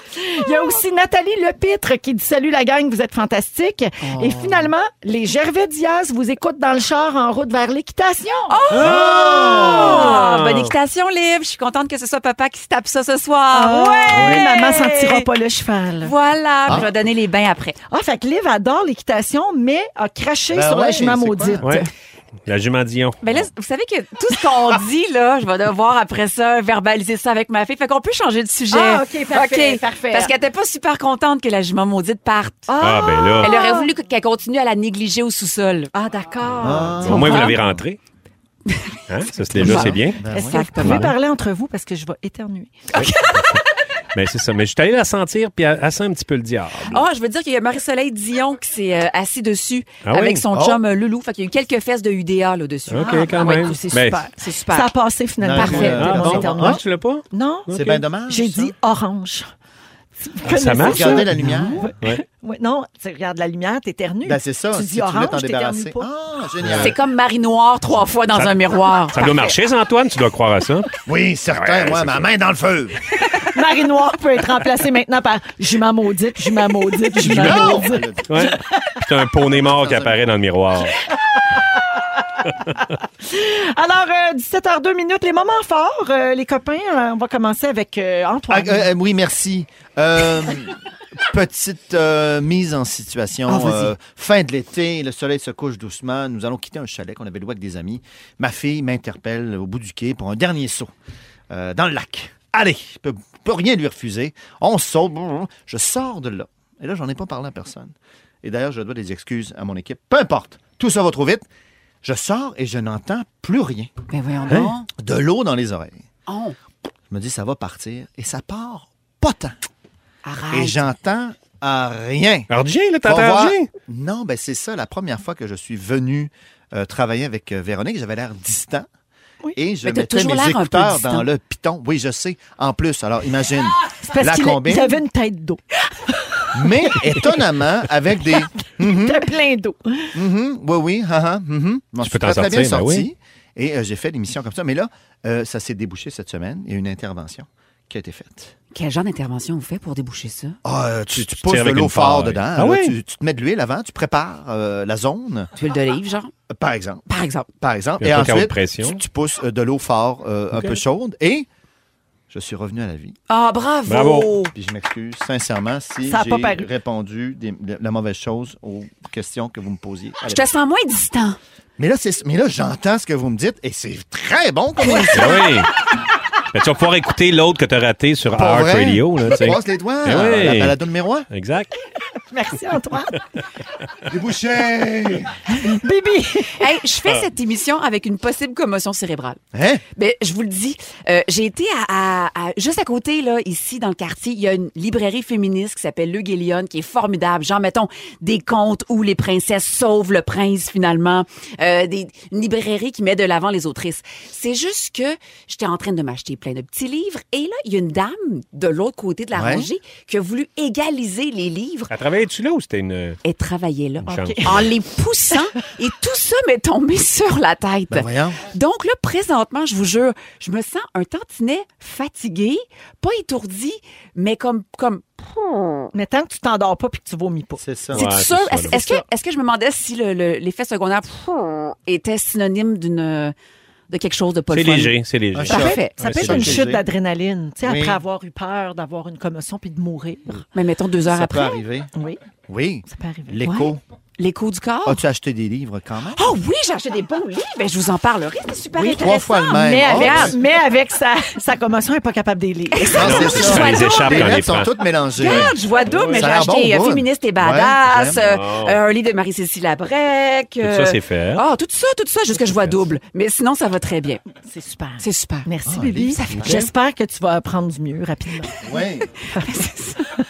il y a aussi Nathalie Lepitre qui dit Salut la gang, vous êtes fantastique. Et
Oh.
finalement, les Gervais Diaz vous écoutent dans le char en route vers l'équitation.
Ah, Bonne équitation libre. Je suis contente que ce soit papa qui se tape ça ce soir. ouais!
Ah Oui, maman sentira pas le cheval.
Voilà,
Ah!
puis je vais donner les bains après.
Ah, fait que Liv adore l'équitation, mais a craché
Ben
sur la
ouais,
jument
c'est quoi?
maudite.
Ouais. La jument Dion.
Mais Ben là, vous savez que tout ce qu'on dit, là, je vais devoir après ça verbaliser ça avec ma fille. Fait qu'on peut changer de sujet.
Ah, OK, parfait, parfait.
Parce qu'elle était pas super contente que la jument maudite parte.
Ah, ben là.
Elle aurait voulu que- qu'elle continue à la négliger au sous-sol.
Ah, d'accord.
Au moins, vous l'avez rentrée. Hein? Ça, c'est déjà, c'est bien.
Ben
Est-ce
oui.
que vous pouvez
Exactement.
parler entre vous parce que je vais éternuer?
Mais Ben, c'est ça. Mais je suis allé la sentir, puis elle elle sent un petit peu le diable.
Ah, je veux dire qu'il y a Marie-Soleil Dion qui s'est euh, assis dessus
Ah oui?
avec son
Oh.
chum euh, Loulou. Fait qu'il y a eu quelques fesses de UDA là-dessus.
OK,
Ah,
quand
ouais,
même.
C'est
Ben,
super. C'est super.
Ça a passé finalement.
Non,
Parfait.
euh,
Ah,
Mon
bon?
éternuement.
Ah, tu l'as pas?
Non,
C'est
Ok.
bien dommage.
j'ai
ça. Ah,
dit orange. Tu connais
ça marche,
Regardez la lumière.
Ouais, non, tu regardes la lumière, t'éternues.
Ben, c'est ça.
Tu
si
dis
tu voulais t'en
orange,
débarrasser.
t'éternues pas.
Ah,
C'est
génial.
comme Marie Noire trois fois dans un miroir.
Euh, Ça doit marcher, ça, Antoine? Tu dois croire à ça.
Oui, certain.
Ouais,
Moi,
c'est
ma
ça.
main dans le feu.
Marie Noire peut être remplacée maintenant par Jument maudite, Jument maudite, Jument
Non!
maudite.
Ouais. Puis t'as un poney mort qui apparaît dans le miroir.
Alors, euh, 17h02 minutes, les moments forts, euh, les copains, euh, on va commencer avec euh,
Ah,
Antoine.
euh, euh, oui, merci. Euh, petite euh, mise en situation.
Ah, vas-y.
Euh, fin de l'été, le soleil se couche doucement. Nous allons quitter un chalet qu'on avait loué avec des amis. Ma fille m'interpelle au bout du quai pour un dernier saut euh, dans le lac. Allez, je peux, peux rien lui refuser. On saute. Je sors de là. Et là, j'en ai pas parlé à personne. Et d'ailleurs, je dois des excuses à mon équipe. Peu importe. Tout ça va trop vite. Je sors et je n'entends plus rien.
Ben voyons
Hein?
donc.
De l'eau dans les oreilles.
Oh,
Je me dis, ça va partir. Et ça part pas tant. Et
arrête.
j'entends à rien.
Arjen, là,
Va
t'entends
voir-
Arjen?
Non, ben c'est ça, la première fois que je suis venu euh, travailler avec euh, Véronique, j'avais l'air distant. Et je
Mais t'as
mettais
toujours
mes
l'air un peu
écouteurs
distant.
dans le piton. Oui, je sais. En plus, alors imagine
C'est parce
la
qu'il a-
combine.
il avait une tête d'eau.
Mais étonnamment, avec des
Il
Hmm?
était plein d'eau.
Mhm, oui, oui, ah, ah, mhm. Je m'en
Tu
suis
peux
très,
t'en
très bien
sortir, ben
sorti.
oui.
Et euh, j'ai fait l'émission comme ça. Mais là, euh, ça s'est débouché cette semaine. Il y a une intervention qui a été faite.
Quel genre d'intervention on fait pour déboucher ça?
Ah, euh, tu, tu pousses
tires
de
avec
l'eau
une
fort
paille.
dedans.
Ah
là,
oui?
tu, tu te mets de l'huile avant, tu prépares euh, la zone,
Tuile d'olive, genre?
euh, par exemple.
Par exemple.
Par exemple.
Il y
Et
a pas de carreau de
ensuite,
pression.
tu, tu pousses euh, de l'eau fort, euh, un peu chaude. Et je suis revenu à la vie.
Ah, bravo!
Bravo.
Puis je m'excuse sincèrement si
Ça a pas paru.
j'ai répondu des- de- la mauvaise chose aux questions que vous me posiez. à
Je te
l'époque.
sens moins distant.
Ah.
Mais là, c'est- mais là j'entends ce que vous me dites et c'est très bon comme émission.
Ah Ben oui. Mais tu vas pouvoir écouter l'autre que t'as raté sur
Pas
Art
vrai?
Radio. Là, tu sais.
Croise les doigts.
Eh oui.
La balade numéro un.
Exact.
Merci, Antoine.
Les bouchers.
Bibi!
Hey, je fais cette émission avec une possible commotion cérébrale.
Hein?
Ben, je vous le dis, euh, j'ai été à, à- à- juste à côté, là, ici, dans le quartier, il y a une librairie féministe qui s'appelle Le Guélion, qui est formidable. Genre, mettons, des contes où les princesses sauvent le prince, finalement. Euh, des, une librairie qui met de l'avant les autrices. C'est juste que j'étais en train de m'acheter plein de petits livres, et là, il y a une dame de l'autre côté de la
Ouais.
rangée qui a voulu égaliser les livres
Elle travaillait-tu là ou c'était une.
et travailler là,
Une
en les poussant, et tout ça m'est tombé sur la tête.
Ben voyons.
Donc là, présentement, je vous jure, je me sens un tantinet fatigué, pas étourdi, mais comme comme
Mais tant que tu t'endors pas puis que tu vomis pas.
C'est ça.
c'est
Ouais,
sûr.
c'est ça,
Est-ce
là.
est-ce que est-ce que je me demandais si le- le- l'effet secondaire était synonyme d'une de quelque chose de pas le
C'est
fun.
léger, c'est léger.
Un choc.
Parfait.
Ça
Ouais,
peut
c'est
être une
ça.
chute d'adrénaline, tu sais,
Oui.
après avoir eu peur d'avoir une commotion puis de mourir.
Mais mettons deux heures
Ça peut
après,
arriver.
Oui,
Oui.
ça peut arriver.
L'écho.
l'écho du corps.
As-tu acheté des livres quand même?
Oh oui, j'ai acheté des bons livres. Ben, je vous en parlerai. C'est super
Oui, trois
intéressant.
fois le même.
Mais
Oh,
avec,
oui.
mais avec sa, sa commotion, elle n'est pas capable des lire.
Non,
Non,
Ah, c'est
c'est
ça.
ça,
vois
les
donc,
échappes
Les
quand on les
lettres sont
prend.
toutes mélangées.
Regarde, je vois double, mais j'ai
Ça a l'air
acheté
bon,
euh,
bon.
Féministe et
Ouais,
badass,
j'aime.
euh,
Wow.
euh, un livre de Marie-Cécile Labrec.
Tout ça, c'est fait.
Ah, tout ça, tout ça, jusque je vois double. Mais sinon, ça va très bien.
C'est super.
C'est super.
Merci,
Ah,
Bibi.
Lise, ça fait
J'espère que tu vas apprendre du mieux rapidement.
Oui.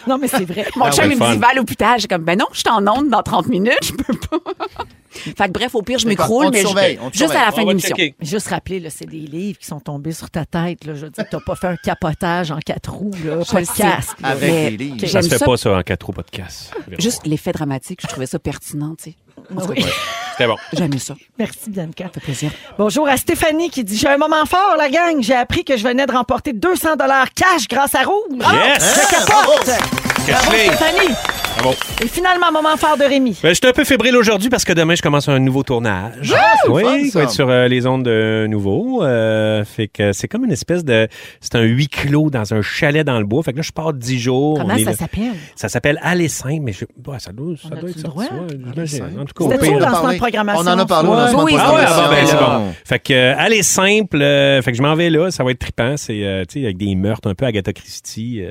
non, mais c'est vrai.
Mon
Ah
chum,
ouais,
il me
fun.
dit, va à l'hôpital. J'ai comme, ben non, je suis en onde dans 30 minutes, je peux pas. fait que bref, au pire, je
D'accord, on
m'écroule,
te
mais je-
surveille, on te
juste à la fin
On
de
va
l'émission.
checker.
Juste rappeler, là, c'est des livres qui sont tombés sur ta tête. Là. Je veux dire, t'as pas fait un capotage en quatre roues, là, pas
le
le
sais.
casque. là.
Avec
Mais-
les livres.
Ok.
Ça se
J'aime
fait
ça.
pas, ça, en quatre roues podcast.
Juste l'effet dramatique, je trouvais ça pertinent, tu sais.
Ah
Oui.
C'était bon.
J'aimais ça. Ça
Merci, Bianca.
fait plaisir.
Bonjour à Stéphanie qui dit J'ai un moment fort, la gang. J'ai appris que je venais de remporter 200 cash grâce à Rouge. Ah,
Yes!
Je capote! Bravo,
Kathleen!
Stéphanie.
Bravo.
Et finalement, moment fort de Rémi.
Ben, je suis un peu fébrile aujourd'hui parce que demain, je commence un nouveau tournage. Ah,
c'est
oui,
le fun,
qui
ça.
va être sur euh, les ondes de nouveau. Euh, fait que c'est comme une espèce de... C'est un huis clos dans un chalet dans le bois. Fait que là, je pars dix jours. On
Comment
est
ça
là-
s'appelle?
Ça s'appelle Aller Simple, mais je... ouais, ça doit, ça
On a-tu
doit être
le
ça.
droit?
ouais, j'imagine.
Aller
en tout cas, au
C'était
pire,
toujours
on en a
dans
parlé.
de programmation.
On en a parlé au
Ouais.
lancement
Oui,
de
c'est
Ah ouais,
vrai,
ah ben, c'est
programmation.
bon. Fait que euh, allez simple, euh, fait que je m'en vais là, ça va être trippant, c'est euh, tu sais avec des meurtres un peu Agatha Christie euh,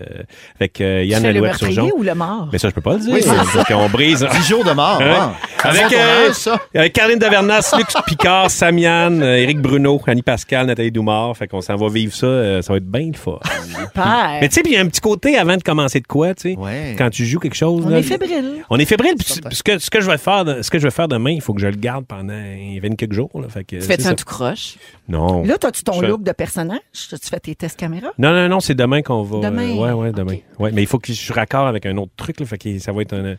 avec euh,
Tu
Yann
fais le
Alouette
meurtrier
Surgeon.
ou le mort?
Mais ça je peux pas le dire.
Oui, c'est
Faut qu'on brise.
Dix jours de mort.
Hein?
wow.
Avec,
C'est un
euh,
tournage, ça.
avec Caroline Davernas, Luc Picard, Samian, euh, Éric Bruno, Annie Pascal, Nathalie Doumard. Fait qu'on s'en va vivre ça. euh, ça va être bien le fun.
Super.
Mais tu sais, puis il y a un petit côté avant de commencer de quoi, tu sais.
Ouais.
Quand tu joues quelque chose.
On
là,
est fébrile.
on est fébrile. puis c- ce, que, ce, que je vais faire, de- ce que je vais faire demain, il faut que je le garde pendant 20 quelques jours. Là, fait que,
Tu
c'est
fais ça
ça.
un tout croche.
Non.
Là, as-tu ton
Je-
look de personnage? As-tu fait tes tests caméra?
Non, non, non, c'est demain qu'on va.
Demain.
euh, ouais, ouais, demain. Ouais, mais il faut que je suis raccord avec un autre truc, là, fait que ça va être un,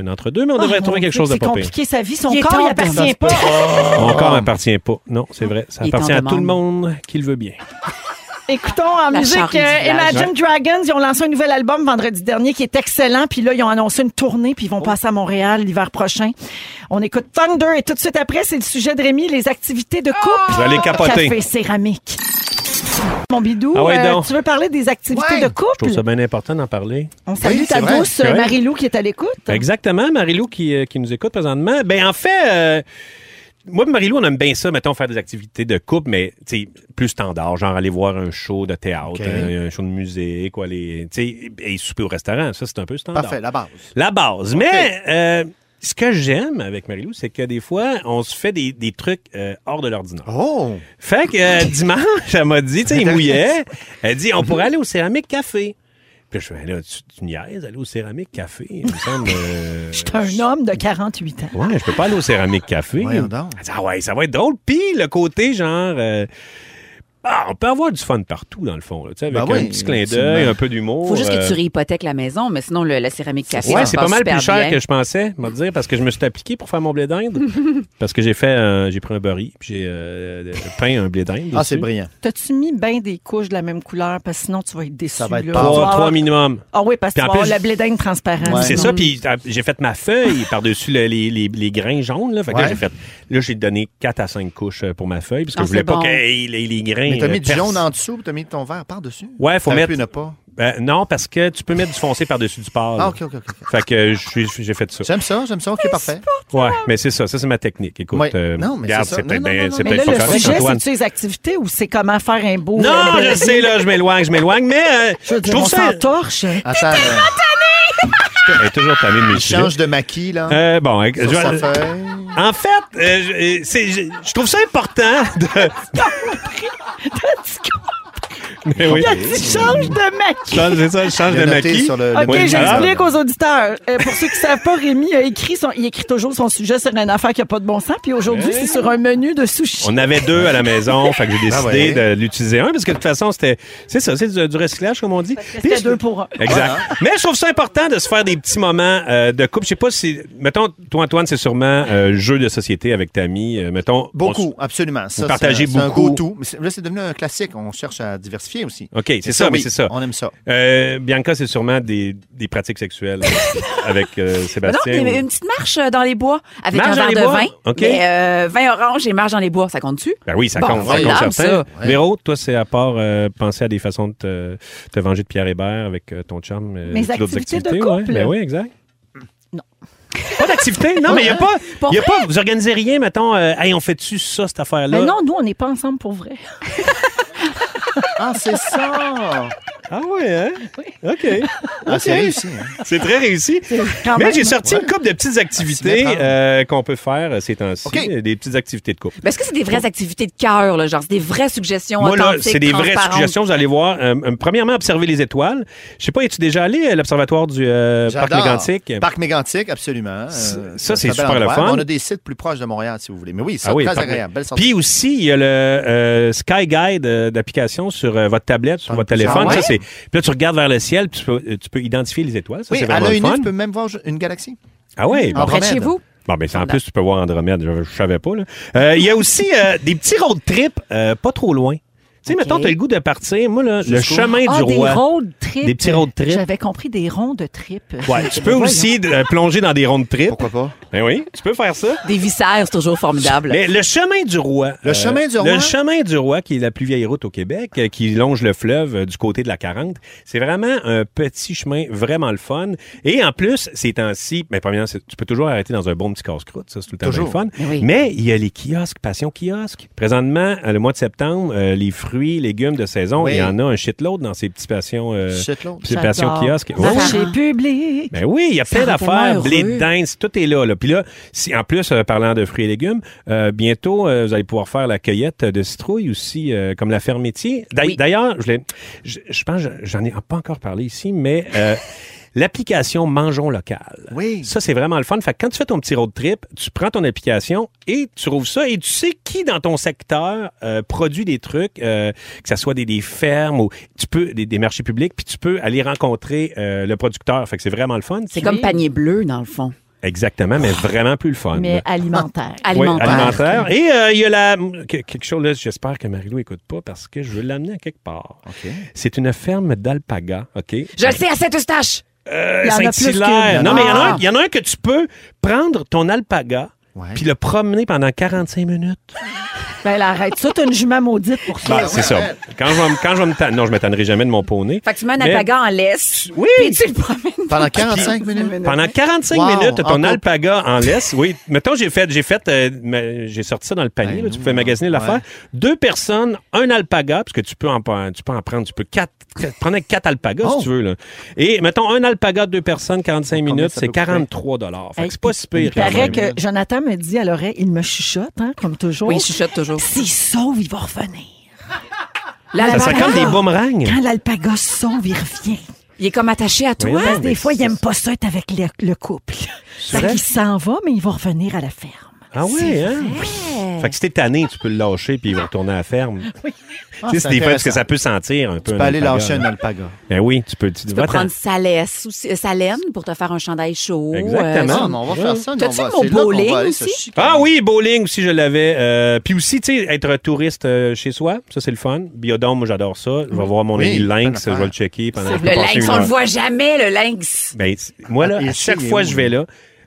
un entre-deux, mais on devrait
Ah,
trouver
mon
quelque
Dieu,
chose de
C'est
pas pire.
compliqué sa vie. Son
Il est
corps,
temps
il
de-
appartient pas.
Mon corps m'appartient pas. Non, c'est vrai. Ça
Il est en
appartient à tout le
demande.
monde qui le veut bien.
Écoutons en
La
musique
charrue
euh,
du village.
Imagine Dragons. Ils ont lancé un nouvel album vendredi dernier qui est excellent. Puis là, ils ont annoncé une tournée,
Oh.
puis ils vont passer à Montréal l'hiver prochain. On écoute Thunder et tout de suite après, c'est le sujet de Rémi, les activités de couple.
Oh. Vous allez capoter.
Café céramique. Mon bidou,
Ah ouais,
euh,
donc.
tu veux parler des activités
Ouais.
de
Je trouve
couple?
ça bien important d'en parler.
On salue
Oui,
ta
c'est vrai.
douce euh,
Ouais.
Marie-Lou qui est à l'écoute.
Exactement, Marilou qui, euh, qui nous écoute présentement. Ben en fait, euh, moi et Marilou, on aime bien ça, mettons, faire des activités de couple, mais tu sais, plus standard, genre aller voir un show de théâtre, euh, un,
Ok.
un show de musique, ou aller tu sais, et souper au restaurant. Ça, c'est un peu standard.
Parfait, la base.
La base. Mais euh, ce que j'aime avec Marilou, c'est que des fois, on se fait des, des trucs euh, hors de l'ordinaire.
Oh!
Fait que euh, dimanche, elle m'a dit, tu sais, il mouillait. Elle dit, on pourrait aller au Céramique Café. Puis je fais, là, tu, tu niaises, aller au Céramique Café, il me semble. euh,
Je suis un homme de 48 ans.
Ouais, je peux pas aller au Céramique Café.
Voyons donc.
Elle dit, ah ouais, ça va être drôle. Puis le côté, genre. euh, ah, on peut avoir du fun partout, dans le fond. là, tu sais, avec
Ben oui,
un petit clin d'œil,
effectivement.
un peu d'humour.
Faut juste que
euh,
tu réhypothèques la maison, mais sinon, le- la céramique café,
Ouais,
ça
c'est
passe
pas mal
super
plus cher
bien.
que je pensais, me dire, parce que je me suis appliqué pour faire mon blé d'Inde. parce que j'ai fait, un- j'ai pris un burry, puis j'ai euh, peint un blé d'Inde.
Ah, c'est
dessus.
brillant.
T'as-tu mis bien des couches de la même couleur? Parce que sinon, tu vas être déçu.
Ça va être
là.
pas-
Tu vas
Trois,
avoir-
trois minimum.
Ah oui, parce que
Puis
tu
en
vas avoir
plus,
la blé d'Inde transparente.
Ouais.
C'est
Non.
ça, puis euh, j'ai fait ma feuille par-dessus le- les, les- les grains jaunes. Là, fait que là,
Ouais.
j'ai fait, là, j'ai donné 4 à 5 couches euh, pour ma feuille, parce que
Ah,
je voulais
c'est
pas
bon.
que hey, les, les grains.
Mais t'as mis
euh,
du jaune
percent.
en dessous, puis t'as mis ton verre par-dessus.
Ouais, faut
T'aurais
mettre-
pu ne pas.
Ben, non, parce que tu peux mettre du foncé par-dessus du pâle.
Ah, OK, OK, OK.
Fait que je suis- j'ai fait ça.
J'aime ça, j'aime ça, OK, parfait.
Ouais, mais c'est ça. Ça, c'est ma technique. Écoute,
Ouais.
euh,
Non, mais
regarde,
c'est ça.
c'est
Non,
peut-être
non,
bien-
non,
c'est
non,
Mais là,
peut-être pas
le
correct,
sujet,
Antoine.
c'est-tu les activités ou c'est comment faire un beau... euh,
Non,
euh,
je sais, là, je m'éloigne, je m'éloigne, mais euh,
Je
je,
veux dire, on
trouve ça.
s'entorche.
Attends, euh,
Elle est toujours tannée de mes sujets.
change de maquis, là.
Euh, bon, euh,
sur
je-
sa feuille.
en fait, euh, je, euh, c'est- je- je trouve ça important de. Mais oui.
Il a dit change de
Je
maquis.
change- C'est ça, je change
Il a
de
noté
maquille.
sur le-
OK,
Oui,
j'explique aux auditeurs. Euh, pour ceux qui ne savent pas, Rémi a écrit son, il écrit toujours son sujet sur une affaire qui n'a pas de bon sens. Puis aujourd'hui, c'est sur un menu de sushi.
Ah, On avait deux à la maison, fait que j'ai
Ah
décidé
ouais.
de l'utiliser un parce que de toute façon c'était c'est ça, c'est du, du recyclage comme on dit. Puis
C'était
je-
deux pour un.
Exact. Mais je trouve ça important de se faire des petits moments euh, de couple. Je sais pas si mettons toi Antoine, c'est sûrement euh, jeu de société avec ta amie, euh, mettons on
Beaucoup, absolument.
Vous
Ça,
partagez
c'est un- c'est un
beaucoup.
go-to. Mais c'est- Là, c'est devenu un classique. On cherche à diversifier aussi.
OK, c'est
Mais
ça, mais
oui,
c'est ça.
On aime ça.
s- euh, Bianca, c'est sûrement des, des pratiques sexuelles avec euh,
Mais Non,
Sébastien.
une,
ou-
une petite marche euh, dans les bois avec
Marche dans
un
les
verre de
bois?
vin.
OK.
Mais euh, vin orange et marche dans les bois, ça compte-tu?
Ben oui, ça
Bon,
compte, ça
voilà,
compte certain.
ça.
Ouais.
Véro, toi, c'est à part euh, penser à des façons de te, te venger de Pierre Hébert avec euh, ton chum. euh,
Mes
et puis d'autres
activités de
ouais.
couple.
Ben oui, exact.
Non.
Pas d'activité? Non, mais il n'y a pas.
Pour
y a pas vous organisez rien, mettons, euh, hey, on fait-tu ça, cette affaire-là?
Mais non, nous, on n'est pas ensemble pour vrai.
Ah, c'est ça!
Ah ouais, hein? OK.
Ah, c'est
Ok.
réussi. hein.
C'est très réussi.
Quand
Mais
même.
j'ai sorti une couple de petites activités
mettre en-
euh, qu'on peut faire euh, ces temps-ci.
OK.
euh, Des petites activités de couple.
Mais est-ce que c'est des vraies activités de cœur, là, genre c'est des vraies suggestions
Moi, là,
authentiques,
c'est des vraies
transparentes?
suggestions. Vous allez voir. Euh, euh, premièrement, observer les étoiles. Je sais pas, es-tu déjà allé à l'observatoire du euh, Parc
J'adore.
Mégantic?
Parc Mégantic, absolument. Euh,
Ça,
un
c'est
très bel
super le
endroit.
fun.
On a des sites plus proches de Montréal, si vous voulez. Mais oui, c'est
Ah oui,
très
parfait.
agréable. Belle sortie.
Puis aussi, il y a le euh, Sky Guide euh, d'application sur euh, votre tablette, sur
Ah,
votre téléphone.
ah ouais?
Ça, c'est- Puis là, tu regardes vers le ciel, puis tu peux, euh, tu peux identifier les étoiles. Ça,
oui,
c'est
à
vraiment le
l'œil nu,
fun.
tu peux même voir une galaxie.
Ah oui, bon.
Ah,
Près de
Andromède.
chez vous?
Bon, ben, c'est- en plus, tu peux voir Andromède. Je, je savais pas. là. Euh, Il y a aussi euh, des petits road trips euh, pas trop loin. Tu sais, mettons, tu as le goût de partir. Moi, là, le
Jusqu'où?
chemin
Ah,
du
des
roi.
road trips.
Des petits road trips.
J'avais compris des ronds de tripes.
Ouais, tu peux aussi euh, plonger dans des rondes trips.
Pourquoi pas?
Ben oui, tu peux faire ça.
Des viscères, c'est toujours formidable.
Mais le chemin du roi. euh,
Le chemin du roi?
Le chemin du roi, qui est la plus vieille route au Québec, euh, qui longe le fleuve euh, du côté de la 40. C'est vraiment un petit chemin vraiment le fun. Et en plus, ces temps-ci, ben, premièrement, c'est- tu peux toujours arrêter dans un bon petit casse-croûte. Ça, c'est tout le temps bien
Toujours.
le fun.
Mais oui.
Mais il y a les kiosques, Passion Kiosque. Présentement, euh, le mois de septembre, euh, les fruits, légumes de saison,
Oui.
il y en a un shitload dans ces petits passions, euh,
Shitload.
petits passions kiosques. Ouais.
Marché public.
Ben oui, il y a
Ça
plein
rend
d'affaires,
tellement
blé
heureux.
de dindes, tout est là. là. Puis là, si, en plus, euh, parlant de fruits et légumes, euh, bientôt, euh, vous allez pouvoir faire la cueillette de citrouilles aussi, euh, comme la fermetier. D'a-
Oui.
D'ailleurs, je, l'ai- je, je pense que j'en ai pas encore parlé ici, mais euh, l'application Mangeons Local.
Oui.
Ça, c'est vraiment le fun. Fait que quand tu fais ton petit road trip, tu prends ton application et tu trouves ça et tu sais qui dans ton secteur euh, produit des trucs, euh, que ça soit des, des fermes ou tu peux des, des marchés publics, puis tu peux aller rencontrer euh, le producteur. Fait que c'est vraiment le fun.
C'est comme panier bleu, dans le fond,
Exactement, mais vraiment plus le fun.
Mais alimentaire.
Oui,
alimentaire.
alimentaire. Et euh, il y a la, que- quelque chose, là, j'espère que Marilou écoute pas parce que je veux l'amener à quelque part. C'est une ferme d'alpaga, OK?
Je le sais, à Saint-Eustache!
Euh,
Il y en a plus
Saint-Hilaire.
qu'une.
Non, mais il y, en a
Ah.
un- il y en a un que tu peux prendre ton alpaga
Ouais.
puis le promener pendant 45 minutes.
Ben, là, arrête ça, t'as une jument maudite pour ça.
Ben, c'est ça. Quand je vais me- quand je vais me tanner- non, je m'étonnerai jamais de mon poney.
Fait que tu mets un
Mais-
alpaga en laisse,
Oui.
puis tu le promènes.
Pendant 45 minutes.
Pendant 45
Wow,
minutes, ton
encore-
alpaga en laisse. Oui, mettons, j'ai fait, j'ai fait, euh, ma- j'ai sorti ça dans le panier.
Ben
là, tu
non,
pouvais magasiner
ouais.
l'affaire. Deux personnes, un alpaga, parce que tu peux en, prendre- tu peux en prendre, tu peux quatre, quatre- prendre quatre alpagas
Oh.
si tu veux. Là. Et mettons, un alpaga, deux personnes, 45
Combien
minutes,
ça
c'est
peut coûter?
43 dollars. Fait que c'est pas si
Il
pire. quand
paraît
même.
que Jonathan me dit à l'oreille, il me chuchote, hein, comme toujours.
Oui, je chuchote toujours.
S'il sauve, il va revenir.
Ça
L'alpaga,
sent comme des boomerangs.
Quand l'alpaga se sauve, il revient.
il est comme attaché à toi.
Voyons donc, Ah, mais
Des fois, il
c'est-
aime pas ça être avec le, le couple. Fait
vrai?
qu'il s'en va, mais il va revenir à la ferme.
Ah oui, hein? Fait que si t'es tanné, tu peux le lâcher puis il va retourner à la ferme.
Ah,
tu sais, c'est des fois, parce
intéressant.
que ça peut sentir un peu.
Tu
un
peux aller
alpaga,
lâcher un
là.
alpaga.
Ben oui, tu peux. Tu,
Tu peux prendre sa laisse, ou si- euh, sa laine pour te faire un chandail chaud. euh,
Exactement.
Non, mais on va faire ça. nous,
T'as-tu
on va-
le mot
c'est là qu'on va
bowling
aller se
aussi?
chicaner.
Ah oui, bowling aussi, je l'avais. Euh, puis aussi, tu sais, être touriste euh, chez soi, ça c'est le fun. Biodome, moi j'adore ça. Je vais voir mon
Oui,
ami Lynx, je
bonne affaire.
vais le checker pendant je peux
Le
passer
lynx,
une
on le
heure.
voit jamais, le lynx.
Ben, c'est- moi là, à
Ah, il
chaque
sait,
fois
oui.
que je vais là,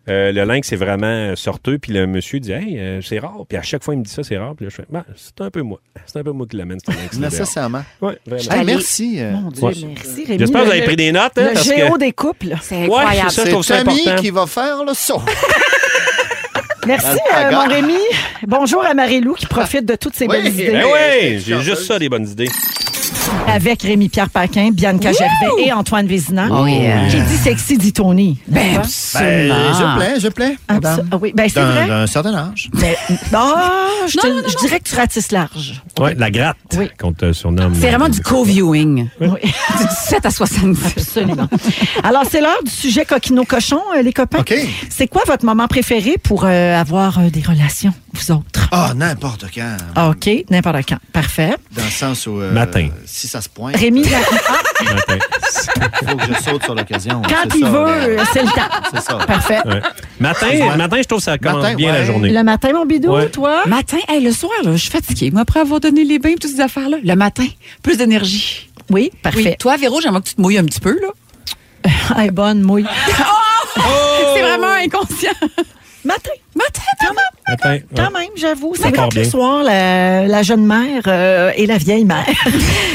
Euh, le lynx, c'est vraiment sorteux. Puis le monsieur dit, hey, euh, c'est rare. Puis à chaque fois, il me dit ça, c'est rare. Puis là, je fais, Ben, c'est un peu moi. C'est un peu moi qui l'amène, ce lynx-là.
Nécessairement.
Ouais, vraiment.
Hey,
allée-
merci. euh,
Mon Dieu,
Ouais.
merci Rémi.
J'espère que vous avez
Le-
pris des notes. Hein,
Le
parce
géo
que...
des couples.
C'est
Ouais,
incroyable.
c'est ça, je trouve
C'est
ça
Tammy
important.
qui va faire le saut.
Merci,
Madame
euh,
Paga.
mon Rémi. Bonjour à Marie-Lou qui profite de toutes ces
Oui.
belles idées.
Ben ouais, j'ai
chanceuse.
juste ça, des bonnes idées.
Avec Rémi-Pierre Paquin, Bianca Gervais et Antoine Vézina.
Oh,
euh,
yeah.
Qui dit sexy dit Tony.
Ben,
Ben,
absolument.
je plais, je plais.
Absol-
madame.
ah oui, ben c'est
D'un
vrai.
d'un certain âge.
Mais- Ah, je, te-
Non, non, non,
je dirais que tu ratisses large.
Ouais, la gratte,
Oui.
qu'on te surnomme. euh,
C'est vraiment du co-viewing.
Oui.
Du 17 à 70.
Absolument. Alors, c'est l'heure du sujet coquino-cochon, euh, les copains.
OK.
C'est quoi votre moment préféré pour euh, avoir euh, des relations, vous autres?
Ah, n'importe quand.
Ah, OK, n'importe quand. Parfait.
Dans le sens où. euh,
Matin.
Si ça se pointe,
Rémi, ah,
Matin.
il faut que je saute sur l'occasion.
quand
C'est
il
ça,
veut,
là.
euh, c'est le temps.
C'est ça.
Parfait.
Ouais. Matin, matin, je trouve que ça commence
Matin,
bien la
ouais.
journée.
Le matin, mon bidou,
Ouais.
toi?
Matin, hey, le soir, là, je suis fatiguée. Moi, après avoir donné les bains, toutes ces affaires-là, le matin, plus d'énergie.
Oui,
Oui.
parfait.
Toi, Véro, j'aimerais que tu te mouilles un petit peu, là.
Hey, bonne mouille.
C'est vraiment inconscient.
Matin,
Matin,
quand même,
Matin, ouais.
quand même, j'avoue. C'est
part
quand le
bien.
soir, la, la jeune mère euh, et la vieille mère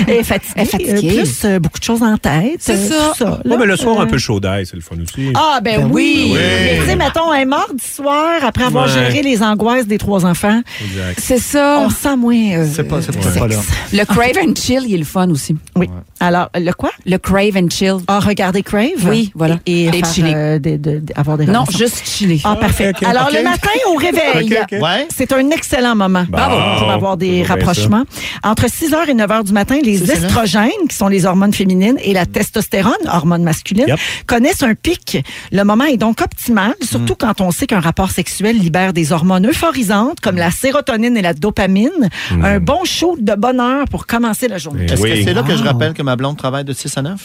est fatiguée.
Est fatiguée.
Euh, plus euh, beaucoup de choses en tête.
C'est
euh,
ça.
tout ça là.
Ouais, mais le soir,
Euh,
un peu chaud d'ail, c'est le fun aussi.
Ah, ben,
Ben
oui.
oui.
Oui.
Mais tu sais, mettons, un mardi soir, après avoir
Ouais.
géré les angoisses des trois enfants,
Exact.
C'est ça.
on se sent moins. euh,
C'est pas, c'est pas,
sexe.
pas là.
Le crave and chill, il est le fun aussi.
Oui. Alors, le quoi?
Le crave and chill.
Ah, regarder Crave.
Oui, voilà.
Et,
Et
faire,
chiller.
euh, des- de- de- avoir des
Non,
relations.
juste chiller.
Ah, parfait.
ok,
Alors,
ok.
le matin au réveil,
Ok, ok.
Ouais.
c'est un excellent moment
Bravo.
pour avoir des
Toujours bien
rapprochements. Entre 6h et 9h du matin, les
Ça, c'est
estrogènes, qui sont les hormones féminines, et la testostérone, hormone masculine,
Mmh. Yep.
connaissent un pic. Le moment est donc optimal,
Mmh.
surtout quand on sait qu'un rapport sexuel libère des hormones euphorisantes, comme la sérotonine et la dopamine. Un bon shoot de bonheur pour commencer la journée.
Eh
Est-ce
Mmh. oui.
que c'est là que je rappelle que ma blonde travaille de 6 à 9?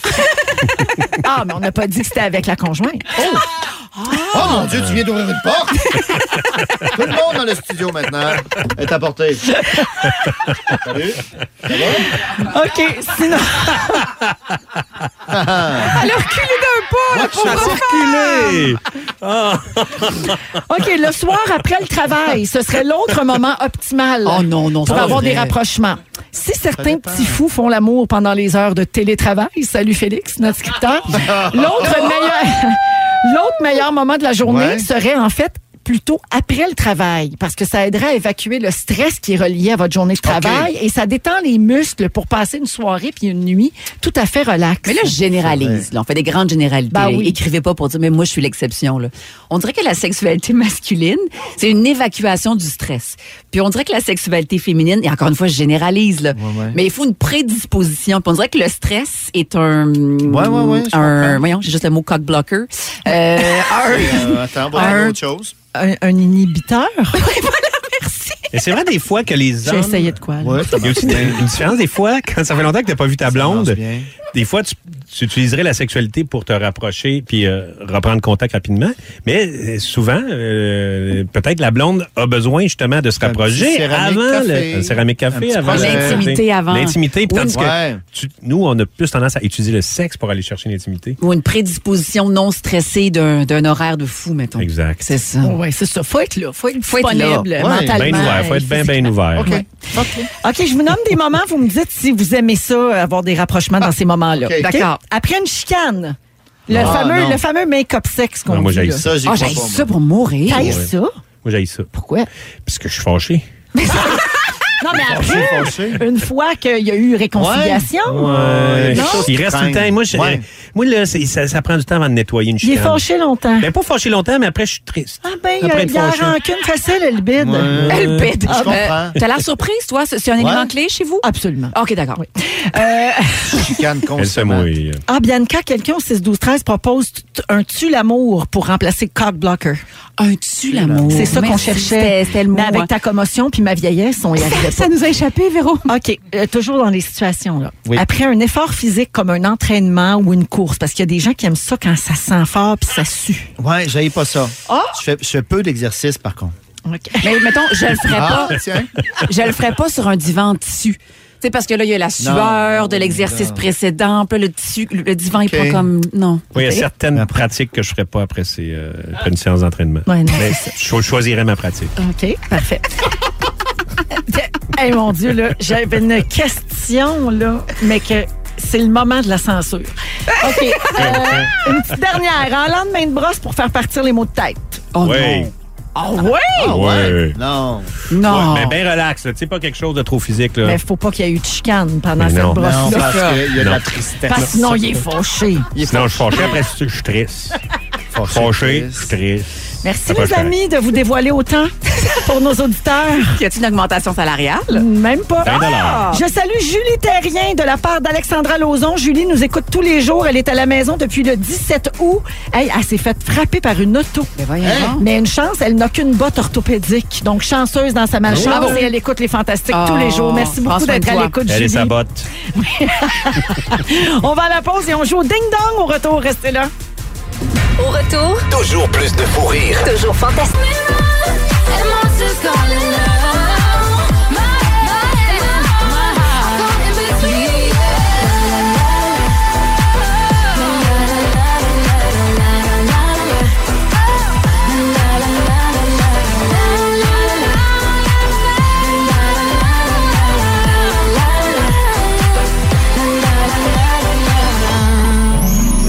Ah, mais on n'a pas dit que c'était avec la conjointe.
Oh mon Dieu, tu viens d'ouvrir une porte! Tout le monde dans le studio maintenant est à portée. Salut.
OK, sinon...
Elle a reculé d'un pas,
Ah,
la pauvre femme.
Circuler!
OK, le soir après le travail, ce serait l'autre moment optimal
Oh non, non,
pour
ça
avoir
vrai.
des rapprochements. Si certains
dépend.
petits fous font l'amour pendant les heures de télétravail, salut Félix, notre scripteur, l'autre meilleur, l'autre meilleur moment de la journée
Ouais.
serait en fait plutôt après le travail, parce que ça aiderait à évacuer le stress qui est relié à votre journée de travail et ça détend les muscles pour passer une soirée puis une nuit tout à fait relax.
Mais là, je généralise. Là, on fait des grandes généralités.
Ben
là.
oui.
Écrivez pas pour dire, mais moi, je suis l'exception. là. On dirait que la sexualité masculine, c'est une évacuation du stress. Puis on dirait que la sexualité féminine, et encore une fois, je généralise, là,
ouais.
mais il faut une prédisposition. Puis on dirait que le stress est un... Ouais,
ouais, ouais, je
un
comprends.
voyons, j'ai juste le mot cock blocker. Euh,
Euh, attends, on va
Un.
faire autre chose.
un, un inhibiteur,
Et c'est vrai des fois que les
j'ai
hommes...
essayé de quoi? là?
Ouais, ça
Il y a aussi
marche bien.
une différence des fois, quand ça fait longtemps que tu n'as pas vu ta blonde,
marche bien.
des fois tu, tu utiliserais la sexualité pour te rapprocher puis euh, reprendre contact rapidement. Mais euh, souvent, euh, peut-être la blonde a besoin justement de se
Un petit
rapprocher
céramique
avant
café.
le un céramique
Un
café,
petit
avant le-
projet.
L'intimité avant.
L'intimité, puis
Oui.
tandis
Ouais.
que tu- nous, on a plus tendance à utiliser le sexe pour aller chercher l'intimité.
ou une prédisposition non stressée d'un d'un horaire de fou, mettons.
Exact.
C'est ça.
Euh,
Oui, Oh, c'est ça. Faut être là. Faut être
Faut être là.
disponible
Ouais,
mentalement.
Ben ouvert, faut être bien, bien ouvert.
OK.
OK, je vous nomme des moments. Vous me dites si vous aimez ça, avoir des rapprochements
Ah,
dans ces moments-là.
OK.
OK?
D'accord.
Après une chicane, le
Ah,
fameux,
non.
le fameux make-up sexe qu'on
Non, moi,
dit,
j'haïs
là.
Ça, j'y
Ah,
crois
j'ai
pas.
ça
moi.
pour mourir.
T'haïs
Ouais.
ça?
Moi, j'ai ça.
Pourquoi?
Parce que je suis fâché.
Non, mais
J'ai
après,
fâché.
une fois qu'il y a eu réconciliation,
Ouais.
quelque chose
Il
qui
reste tout le
traîne.
temps. Moi, je-
Ouais.
moi là, c'est- ça, ça prend du temps avant de nettoyer une
il
chicane.
est fâché longtemps.
Ben, pas fâché longtemps, mais après, je suis triste.
ah ben, il y
après
a,
être
il y a la
fâché.
rancune facile, le bide.
Ouais.
Elle pète. Euh,
Je comprends.
T'as l'air surprise, toi? C'est c'est un élément clé chez vous?
Absolument.
OK, d'accord.
Chicane
Elle se
constamment.
mouille.
Ah, Bianca, quelqu'un au 6-12-13 propose t- un tu l'amour pour remplacer cock blocker.
Un tu l'amour.
C'est ça qu'on cherchait.
C'était- C'était le mot.
Mais avec ta commotion puis ma vieillesse, on y arrivait pas.
Ça nous a échappé, Véro.
OK, euh, toujours dans les situations. Là.
Oui.
Après un effort physique comme un entraînement ou une course, parce qu'il y a des gens qui aiment ça quand ça sent fort puis ça sue.
Ouais, j'aille pas ça. Je, fais, je fais peu d'exercice, par contre.
OK.
Mais mettons, je le ferais
Ah,
pas.
tiens.
Je le ferais pas sur un divan en tissu. sais, parce que là, il y a la sueur de l'exercice précédent, puis là, le, tissu, le divan, il
OK.
prend comme. Non.
Oui, il y a certaines pratiques que je ne ferais pas après ces, euh, après une séance d'entraînement.
Ah. Ouais, non,
Mais je choisirais ma pratique.
OK, parfait. hey, mon Dieu, là, j'avais une question, là, mais que c'est le moment de la censure. OK. euh, une petite dernière. En lendemain de brosse pour faire partir les mots de tête.
Oh
Ouais.
Ah oui?
Ah
Ouais.
Non.
non.
Ouais,
Non.
mais ben, bien relax, là. tu sais, pas quelque chose de trop physique. Là.
Oh. Mais faut pas qu'il y ait eu de chicane pendant
Mais
cette
non.
Non,
brosse-là.
parce qu'il y a de
Non.
la tristesse.
Parce que sinon, il est fauché.
Sinon, je suis fâché, après, je suis triste. Fâché, je suis triste.
Merci,
Ça peut
les
faire.
amis, de vous dévoiler autant pour nos auditeurs.
Y a-t-il une augmentation salariale?
Même pas.
Un dollar.
Je salue Julie Terrien de la part d'Alexandra Lauzon. Julie nous écoute tous les jours. Elle est à la maison depuis le 17 août. Hey, elle s'est faite frapper par une auto.
Mais voyons donc.
Mais une chance, elle n'a qu'une botte orthopédique. Donc, chanceuse dans sa malchance
Bravo.
et elle écoute les fantastiques
Oh,
tous les jours. Merci
prends
beaucoup
soin de
d'être à
toi.
l'écoute,
Elle
Julie.
est sa botte.
On va à la pause et on joue au ding-dong au retour. Restez là.
Au retour,
Toujours plus de fou rire.
toujours fantastique.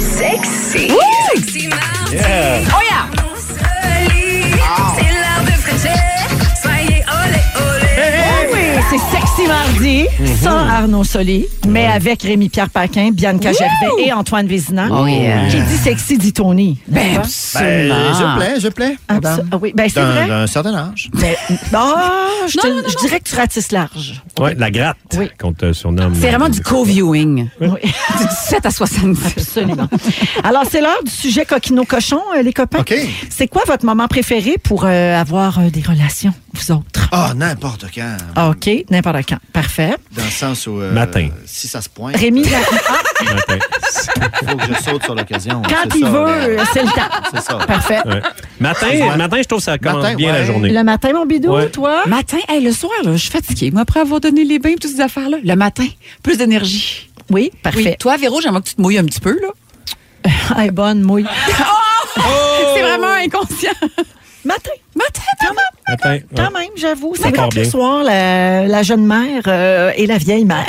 Sexy. Sexy mardi.
Oh yeah!
On se lit. C'est l'heure de fréter. Soyez olé olé.
Eh Oui, c'est Sexy Mardi,
Mhm.
sans Arnaud Soli, mais avec Rémi-Pierre Paquin, Bianca Gervais et Antoine Vézina.
Oh, euh,
Qui dit sexy dit Tony.
Ben,
Ben,
absolument.
je plais, je plais.
Abso-
madame.
ah oui, ben c'est
D'un
vrai.
d'un certain âge.
Mais, Ah, je, te-
Non, non, non,
je dirais que tu ratisses large.
Ouais, la gratte,
Oui.
qu'on te surnomme.
C'est vraiment du co-viewing.
Oui.
Du 17 à 70.
Absolument. Alors, c'est l'heure du sujet coquino-cochon, euh, les copains.
OK.
C'est quoi votre moment préféré pour euh, avoir euh, des relations, vous autres? Ah,
Ah, n'importe quand.
OK, n'importe quand. Parfait.
Dans le sens où. euh,
Matin.
Si ça se pointe,
Rémi, la- ah,
du matin.
il faut que je saute sur l'occasion.
quand
C'est
il
ça,
veut,
là.
euh, c'est le temps.
C'est ça.
Parfait.
Ouais. Matin, matin, je trouve que ça commence
Matin,
bien la
ouais.
journée.
Le matin, mon bidou,
Ouais.
toi?
Matin, hey, le soir, là, je suis fatiguée. Moi, après avoir donné les bains et toutes ces affaires-là, le matin, plus d'énergie.
Oui,
Oui.
parfait.
Toi, Véro, j'aimerais que tu te mouilles un petit peu, là.
Hey, Ah, bonne mouille.
C'est vraiment inconscient.
Matin,
Matin,
quand même.
Matin, ouais.
Quand même, j'avoue. C'est
D'accord,
quand le
bien.
soir, la, la jeune mère euh, et la vieille mère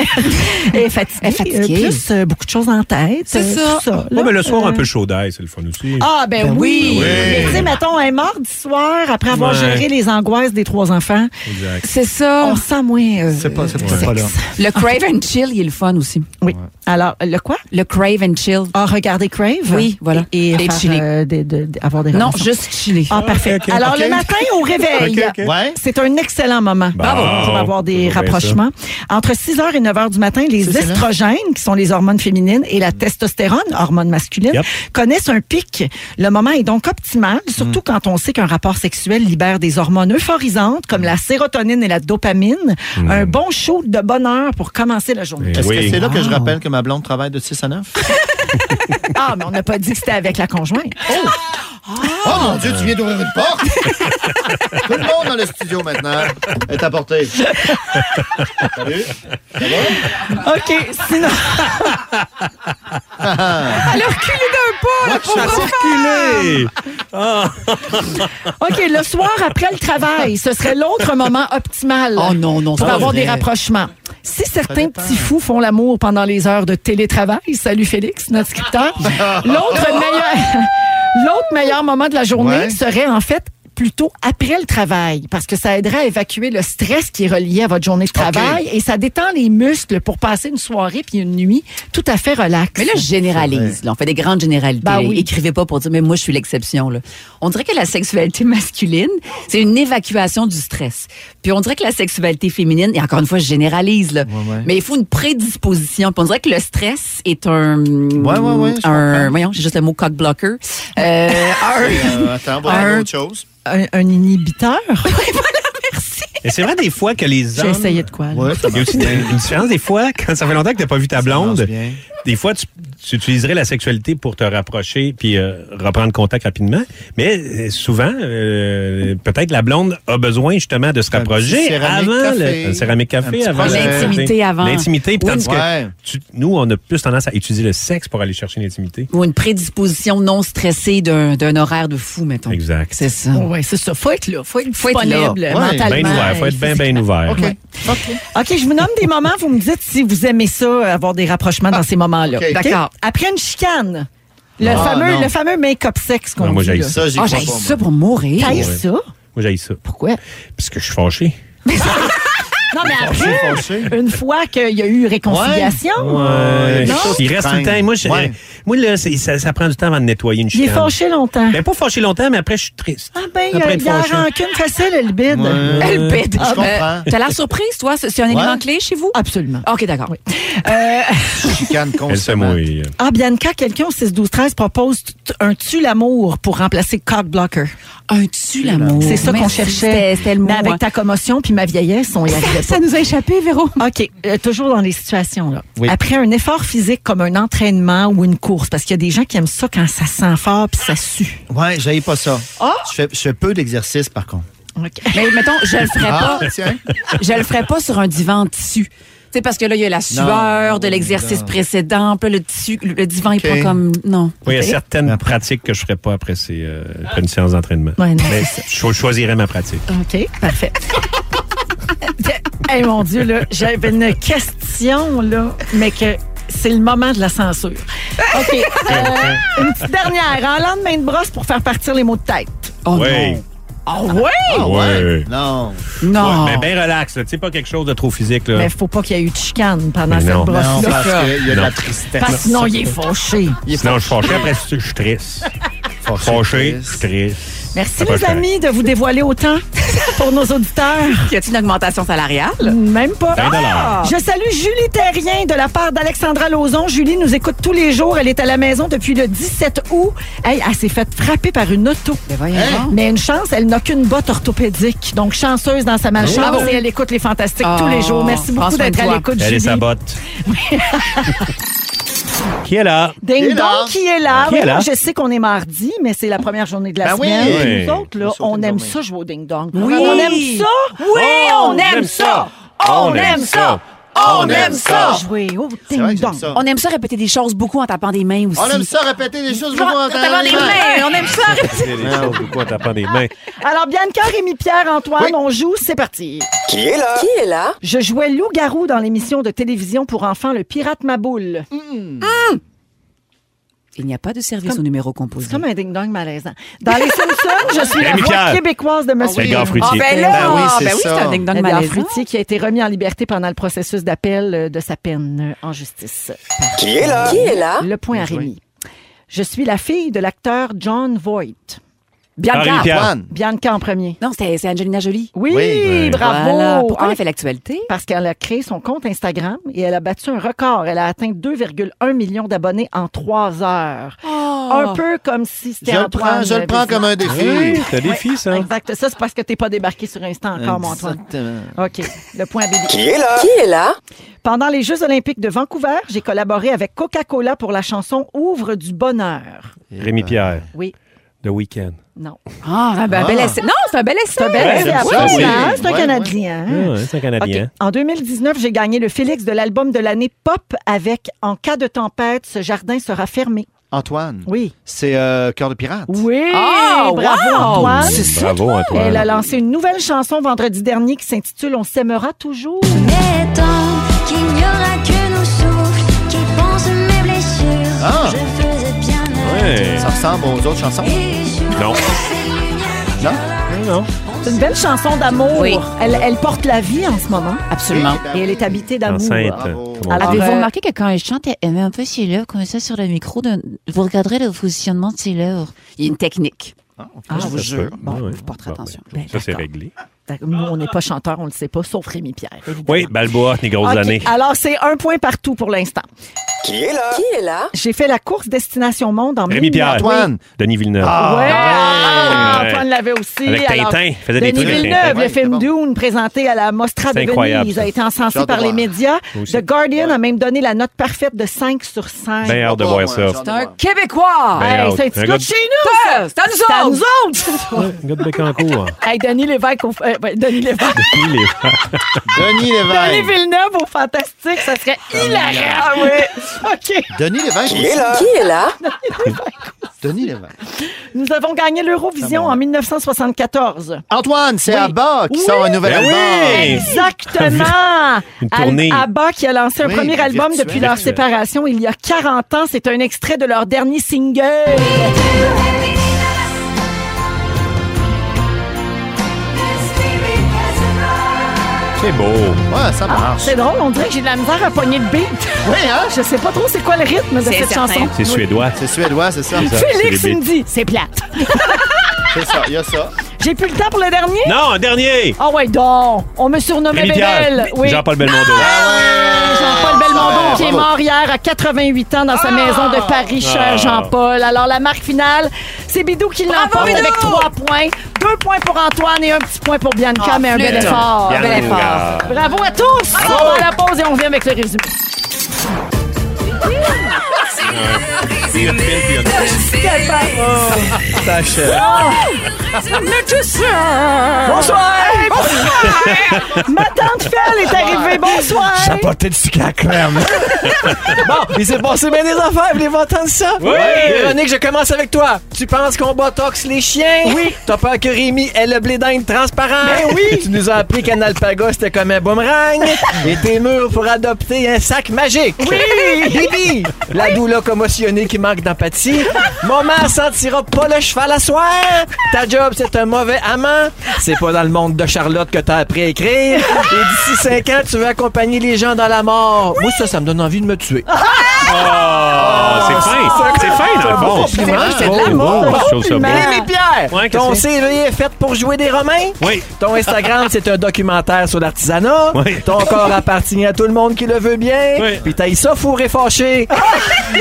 est fatiguée.
Est fatiguée.
Euh, plus euh, beaucoup de choses en tête.
C'est
euh,
ça.
tout ça
Ouais,
là.
mais le soir,
Euh,
un peu chaud d'ail, c'est le fun aussi.
Ah, ben,
Ben
oui.
oui.
Oui.
Mais tu sais, mettons, un mardi soir, après avoir
Ouais.
géré les angoisses des trois enfants,
Exact.
C'est ça.
on se sent moins... euh,
C'est pas, c'est pas,
Ouais.
pas là.
Le crave and chill, il est le fun aussi.
Oui. Alors, le quoi?
Le crave and chill.
Ah, regarder Crave.
Oui, voilà.
Et,
Et
faire,
chiller.
euh, des- de- de- avoir des
Non,
relations.
juste chiller.
Ah, parfait.
ok,
Alors,
ok.
le matin au réveil,
Ok, ok. Ouais.
c'est un excellent moment
Bravo.
pour avoir des
Bah, Toujours bien
rapprochements. Entre 6h et 9h du matin, les
c'est là.
estrogènes, qui sont les hormones féminines, et la testostérone, hormone masculine,
Yep.
connaissent un pic. Le moment est donc optimal,
Mm.
surtout quand on sait qu'un rapport sexuel libère des hormones euphorisantes, comme la sérotonine et la dopamine.
Mm.
Un bon shoot de bonheur pour commencer la journée.
Eh
Est-ce
oui.
que c'est là que je rappelle que ma blonde travaille de 6 à 9?
Ah, mais on n'a pas dit que c'était avec la conjointe.
Oh mon Dieu, tu viens d'ouvrir une porte! Tout le monde dans le studio maintenant est à portée. Salut.
OK, sinon...
Elle a reculé d'un pas, la
Ça
pauvre femme.
circulé!
OK, le soir après le travail, ce serait l'autre moment optimal.
Oh non, non,
Pour
ça
avoir
va.
des rapprochements. Si certains
dépend.
petits fous font l'amour pendant les heures de télétravail, salut Félix, notre scripteur. L'autre meilleur, l'autre meilleur moment de la journée
Ouais.
serait en fait plutôt après le travail, parce que ça aiderait à évacuer le stress qui est relié à votre journée de travail et ça détend les muscles pour passer une soirée puis une nuit tout à fait relax.
Mais là, je généralise. Là, on fait des grandes généralités.
Ben
Bah
là.
oui.
Écrivez pas pour dire, mais moi, je suis l'exception. là. On dirait que la sexualité masculine, c'est une évacuation du stress. Puis on dirait que la sexualité féminine, et encore une fois, je généralise, là,
ouais.
mais il faut une prédisposition. Puis on dirait que le stress est un...
ouais, ouais, je
un
comprends.
voyons, j'ai juste le mot cock blocker. Euh, un-
Euh, attends, on va
Un-
voir autre chose.
un, un inhibiteur.
Et c'est vrai des fois que les
J'ai
hommes...
essayé de quoi? là?
Ouais, ça
Il y a
marche
aussi une,
bien.
une différence des fois, quand ça fait longtemps que t'as pas vu ta blonde,
bien.
des fois, tu, tu utiliserais la sexualité pour te rapprocher puis euh, reprendre contact rapidement. Mais euh, souvent, euh, peut-être la blonde a besoin justement de se
Un petit
rapprocher
céramique
avant
café.
le un céramique
Un
café,
petit
avant
projet.
Ah, L'intimité avant.
L'intimité, puis
Oui.
tandis que
Ouais.
tu- nous, on a plus tendance à utiliser le sexe pour aller chercher l'intimité.
Ou une prédisposition non stressée d'un d'un horaire de fou, mettons.
Exact.
C'est ça.
Oui, c'est ça. Faut être là. Faut être
Faut être là.
disponible
Ouais,
mentalement.
Ben ouvert, faut être bien, bien ouvert.
OK.
OK, je vous nomme des moments, vous me dites si vous aimez ça, avoir des rapprochements dans ces moments-là.
OK.
OK?
D'accord.
Après une chicane, le
Ah,
fameux,
non.
le fameux make-up sexe qu'on
Non, moi,
dit.
j'haïs
là.
Ça, j'y
Ah,
crois
j'ai
pas.
ça pour mourir.
T'haïs
Ouais.
ça?
Moi, j'ai ça.
Pourquoi?
Parce que je suis fâché.
Non, mais après,
Fâché, fâché.
une fois qu'il y a eu réconciliation, Euh,
Ouais.
Non?
Il reste tout le temps. Moi, je-
Ouais.
moi là, c'est- ça, ça prend du temps avant de nettoyer une
il
chicane.
est fâché longtemps.
Ben, pas fâché longtemps, mais après, je suis triste.
ah ben, il y
après
a,
être
il y a la
fâché.
rancune facile, elle bide.
Ouais.
Elle pète.
Euh,
Ah, ben,
Je comprends.
T'as l'air surprise, toi? C'est c'est un élément clé chez vous?
Absolument.
OK, d'accord.
Chicane
Elle se
constamment.
mouille.
Ah, Bianca, quelqu'un au 6-12-13 propose t- un tue l'amour pour remplacer cock blocker.
Ah, Un tu l'amour.
C'est ça qu'on
Merci,
cherchait.
c'était- C'était le mot.
Mais avec
hein.
ta commotion puis ma vieillesse, on y arrivait pas.
Ça nous a échappé, Véro.
OK, euh, toujours dans les situations. Là. Après un effort physique comme un entraînement ou une course, parce qu'il y a des gens qui aiment ça quand ça sent fort puis ça sue.
Ouais, j'aille pas ça. Je, fais, je fais peu d'exercice, par contre.
Mais mettons, je le ferais
Ah,
pas.
tiens.
Je le ferais pas sur un divan en tissu. C'est parce que là, il y a la sueur de l'exercice
non.
précédent. Puis là, le tissu, le divan, il
OK.
prend comme. Non.
Oui, il y a certaines pratiques que je ne ferais pas après, c'est, euh, après une séance d'entraînement.
Ah. Ouais, non,
Mais je choisirais ma pratique.
OK, parfait. hey, mon Dieu, là, j'avais une question, là, mais que c'est le moment de la censure. OK, euh, une petite dernière. En lendemain de brosse pour faire partir les mots de tête.
Oh
Ouais.
non. Oh ouais?
Ah,
Ouais.
Non.
Non.
Ouais, mais bien relax, là. tu sais, pas quelque chose de trop physique. Là.
Mais il faut pas qu'il y ait eu de chicane pendant
Mais
cette
non.
Non,
brosse-là.
parce qu'il y a de
Non.
la tristesse.
Parce que sinon, il est fauché.
Sinon, je suis fâché, après, je suis triste. Fâché, je suis triste.
Merci,
Ça va
les
faire.
amis, de vous dévoiler autant pour nos auditeurs.
Y a-t-il une augmentation salariale?
Même pas. Ah!
Un dollar.
Je salue Julie Terrien de la part d'Alexandra Lauzon. Julie nous écoute tous les jours. Elle est à la maison depuis le 17 août. Hey, elle s'est faite frapper par une auto. Hein?
Ben voyons donc.
Mais une chance, elle n'a qu'une botte orthopédique. Donc, chanceuse dans sa malchance
Bravo.
et elle écoute les fantastiques
Oh,
tous les jours. Merci
prends
beaucoup
soin de
d'être à
Oh! toi.
l'écoute,
Elle
Julie.
est sa botte. Qui est là?
Ding
Qui est là?
dong, qui est là?
Ah, Qui est
Oui,
là?
Je sais qu'on est mardi, mais c'est la première journée de la
Ben oui.
semaine. Et
Oui.
Nous autres, là,
On saute
on
une
aime
journée.
ça jouer au ding dong. On aime
Oh,
ça.
Oui, on aime ça! On aime ça! On aime ça!
Jouer au
vrai
ding
que j'aime
dong.
ça.
On aime ça répéter des choses beaucoup en tapant des mains aussi.
On aime ça répéter des choses.
En tapant des mains, on aime ça.
C'est des choses, pourquoi tapant des mains?
Alors, Bianca, Rémi, Pierre, Antoine, on joue, c'est parti.
Qui est là?
Je jouais loup-garou dans l'émission de télévision pour enfants Le Pirate Maboule.
Mm.
Il n'y a pas de service au numéro composé.
C'est comme un ding-dong malaisant. Dans Les Simpsons, je suis la
Rémi
voix
Pierre.
québécoise de Monsieur.
C'est le gars
Ah
fruitier.
ben
Ben oui,
là,
c'est
ben oui, c'est
ça.
un ding-dong
Edgar
malaisant.
Fruitier qui a été remis en liberté pendant le processus d'appel euh, de sa peine euh, en justice.
Qui est là? Qui est là?
Ah,
Le point à Rémi. Je suis la fille de l'acteur John Voight.
Henri
Bianca.
Pierre.
Juan.
Bianca en premier.
Non, c'était- c'est Angelina Jolie.
Oui,
Oui.
bravo. Ah.
Voilà. Pourquoi
En
elle a fait l'actualité?
parce qu'elle a créé son compte Instagram et elle a battu un record. Elle a atteint 2,1 millions d'abonnés en trois heures. Un peu comme si
Je
c'était
le
Antoine
prends, je le prends
Vézina.
comme
ben,
un défi.
c'est un défi, ça.
Exact. Ça, c'est parce que t'es pas débarqué sur Insta encore, mon Antoine.
Exactement.
OK. Le point bébé.
Qui est là? Qui est là?
Pendant les Jeux olympiques de Vancouver, j'ai collaboré avec Coca-Cola pour la chanson Ouvre du bonheur.
Rémi Pierre.
Oui.
The Weeknd.
Non.
Ah, un bel
Ah.
essai. Non, c'est un bel essai.
Ben,
Ouais,
c'est
j'aime
à
ça,
Paris,
oui.
hein? C'est un
Ouais,
Canadien.
Ah, c'est un Canadien.
OK. En 2019, j'ai gagné le Félix de l'album de l'année Pop avec En cas de tempête, ce jardin sera fermé.
Antoine,
Oui.
c'est euh, Cœur de pirate.
Oui,
Ah,
bravo
wow!
Antoine.
C'est ça.
Bravo,
Elle a
Antoine.
lancé une nouvelle chanson vendredi dernier qui s'intitule On s'aimera toujours.
Mettons qu'il n'y aura que nos souffles qui pensent mes blessures.
Ah.
Je faisais bien
Ouais.
Ça ressemble aux autres chansons.
Non.
Non?
Non, non.
C'est une belle chanson d'amour.
Oui.
Elle, elle porte la vie en ce moment
Absolument. Ah, ben.
et elle est habitée d'amour. hein.
Enceinte.
Bravo.
comme on
Alors,
Ah, Avez-vous
euh,
remarqué que quand elle chante, elle- elle met un peu ses lèvres comme ça sur le micro, de- vous regarderez le fonctionnement de ses lèvres.
Il y a une technique.
Ah, ok.
je vous
dit. Ça se peut.
jure. Bon,
Ouais, ouais.
vous porterez
Bon,
attention.
ben, Ça, c'est
D'accord.
réglé.
ben, Nous, on n'est pas chanteur, on le sait pas, sauf Rémi Pierre.
Oui, Balboa, les grosses
Ah, OK,
années.
Alors, c'est un point partout pour l'instant.
Qui est là? Qui est là?
J'ai fait la course Destination Monde en
Rémi Pierre.
Antoine.
Denis Villeneuve.
Ah,
Ouais.
ouais.
Antoine l'avait aussi.
Avec
Alors,
Tintin, il faisait des
Denis
trucs avec
Villeneuve,
Tintin.
le film Dune présenté à la Mostra de
C'est incroyable,
Venise,
ça.
a été
J'ai
encensé
hâte de
par les
voir.
médias.
Moi aussi.
The Guardian a même donné la note parfaite de 5 sur 5.
Bien hâte de voir ça.
C'est un Québécois!
Bien
Hey,
hâte.
c'est un petit
Ben, Un
gars de
gars de-
chez nous! ça.
C'est à nous
C'est à
autres.
nous autres!
Gars de Bécancourt.
Hey, Denis Lévesque, au- euh, ouais, Denis Lévesque.
Il est...
Denis
Denis
Lévesque.
Villeneuve au Fantastique, ça serait hilarant. Ah oui, OK.
Denis Lévesque.
Qui est là? Qui est là?
Denis Lévesque.
Nous avons gagné l'Eurovision en 1974.
Antoine, c'est Abba qui
Oui.
sort un nouvel
Ben oui.
album.
Exactement!
Une tournée.
Al- ABBA qui a lancé un
Oui,
premier album
virtuel.
depuis leur
Virtuel.
séparation il y a 40 ans. C'est un extrait de leur dernier single.
C'est beau.
Ouais, ça marche.
Ah, C'est drôle, on dirait que j'ai de la misère à pogner le beat.
Oui, hein?
Je sais pas trop c'est quoi le rythme de
C'est
cette
certain.
chanson.
C'est suédois.
C'est suédois, c'est ça.
Félix
C'est les
me dit, c'est plate.
C'est ça, il y a ça.
J'ai plus le temps pour le dernier?
Non, un dernier.
Ah ouais, donc, on me surnommait
Rémi Pierre.
Bébel. Oui.
Jean-Paul Belmondo.
Ah,
Jean-Paul Belmondo
ouais,
qui est
Ah, bravo.
mort hier à 88 ans dans sa maison de Paris, cher
Ah.
Jean-Paul. Alors la marque finale, c'est Bidou qui l'emporte avec trois points. Deux points pour Antoine et un petit point pour Bianca, mais un bel
flûte.
effort.
Bianca.
Bel effort. Ah, Bravo à tous! On va à la pause et on revient avec le résumé.
Il y a de pile, puis il y a de-
Bonsoir! Ma tante Fel est arrivée. Bonsoir!
Chapoté de sucre à la crème. bon, il s'est passé bien des affaires, voulez-vous entendre ça?
Ah. Oui.
Véronique, je commence avec toi. Tu penses qu'on botox les chiens? Oui. T'as peur que Rémi ait le blé d'Inde transparent? Ben oui. Tu nous as appris qu'un alpaga, c'était comme un boomerang. Et tes murs pour adopter un sac magique. Oui. Bibi, la doula commotionnée qui manque d'empathie. Maman sentira pas le cheval à soir. Ta job, c'est un mauvais amant. C'est pas dans le monde de Charlotte que t'as appris à écrire. Et d'ici 5 ans, tu veux accompagner les gens dans la mort. Moi, ça, ça me donne envie de me tuer.
Ah, c'est fin. C'est fin, dans le fond.
C'est vrai, c'est de
beau,
l'amour.
beau, je trouve ça beau.
Rémi Pierre,
Ouais, qu'est-ce
ton
que c'est?
CV est fait pour jouer des Romains.
Oui.
Ton Instagram, c'est un documentaire sur l'artisanat.
Oui.
Ton corps appartient à tout le monde qui le veut bien.
Oui.
Puis t'as ça fourré fâché.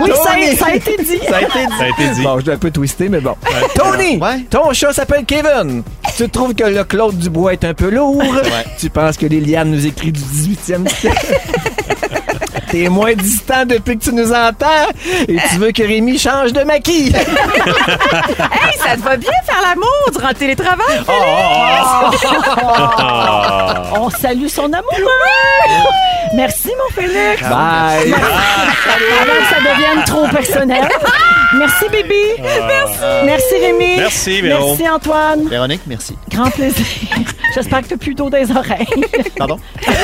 Oui, ça,
Tony.
ça a été dit.
Ça a été dit.
Ça a été dit.
Bon, je l'ai un peu twisté, mais bon. Tony,
Ouais.
ton chat s'appelle Kevin. Tu trouves que le Claude Dubois est un peu lourd. Tu penses que Liliane nous écrit du 18e siècle. T'es moins distant depuis que tu nous entends et tu veux que Rémi change de maquille.
Hey, ça te va bien faire l'amour durant le
Oh,
télétravail?
Ah.
On salue son amour. Merci, mon Félix.
Bye.
Avant que ça devienne trop personnel. Merci, Bibi. Merci. Merci, Rémi.
Merci, Véro.
Merci, Antoine.
Véronique, merci.
Grand plaisir. J'espère que tu as plus d'eau dans les oreilles.
Pardon?
OK,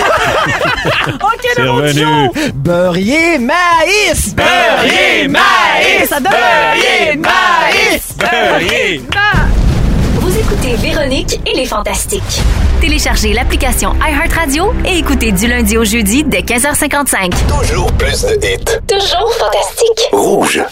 C'est
le monde du jour.
revenu.
Beurrier maïs.
Beurrier maïs.
Ça donne...
Beurrier maïs. Beurrier.
Vous écoutez Véronique et les Fantastiques. Téléchargez l'application iHeartRadio et écoutez du lundi au jeudi dès 15h55.
Toujours plus de hits.
Toujours fantastique.
Rouge.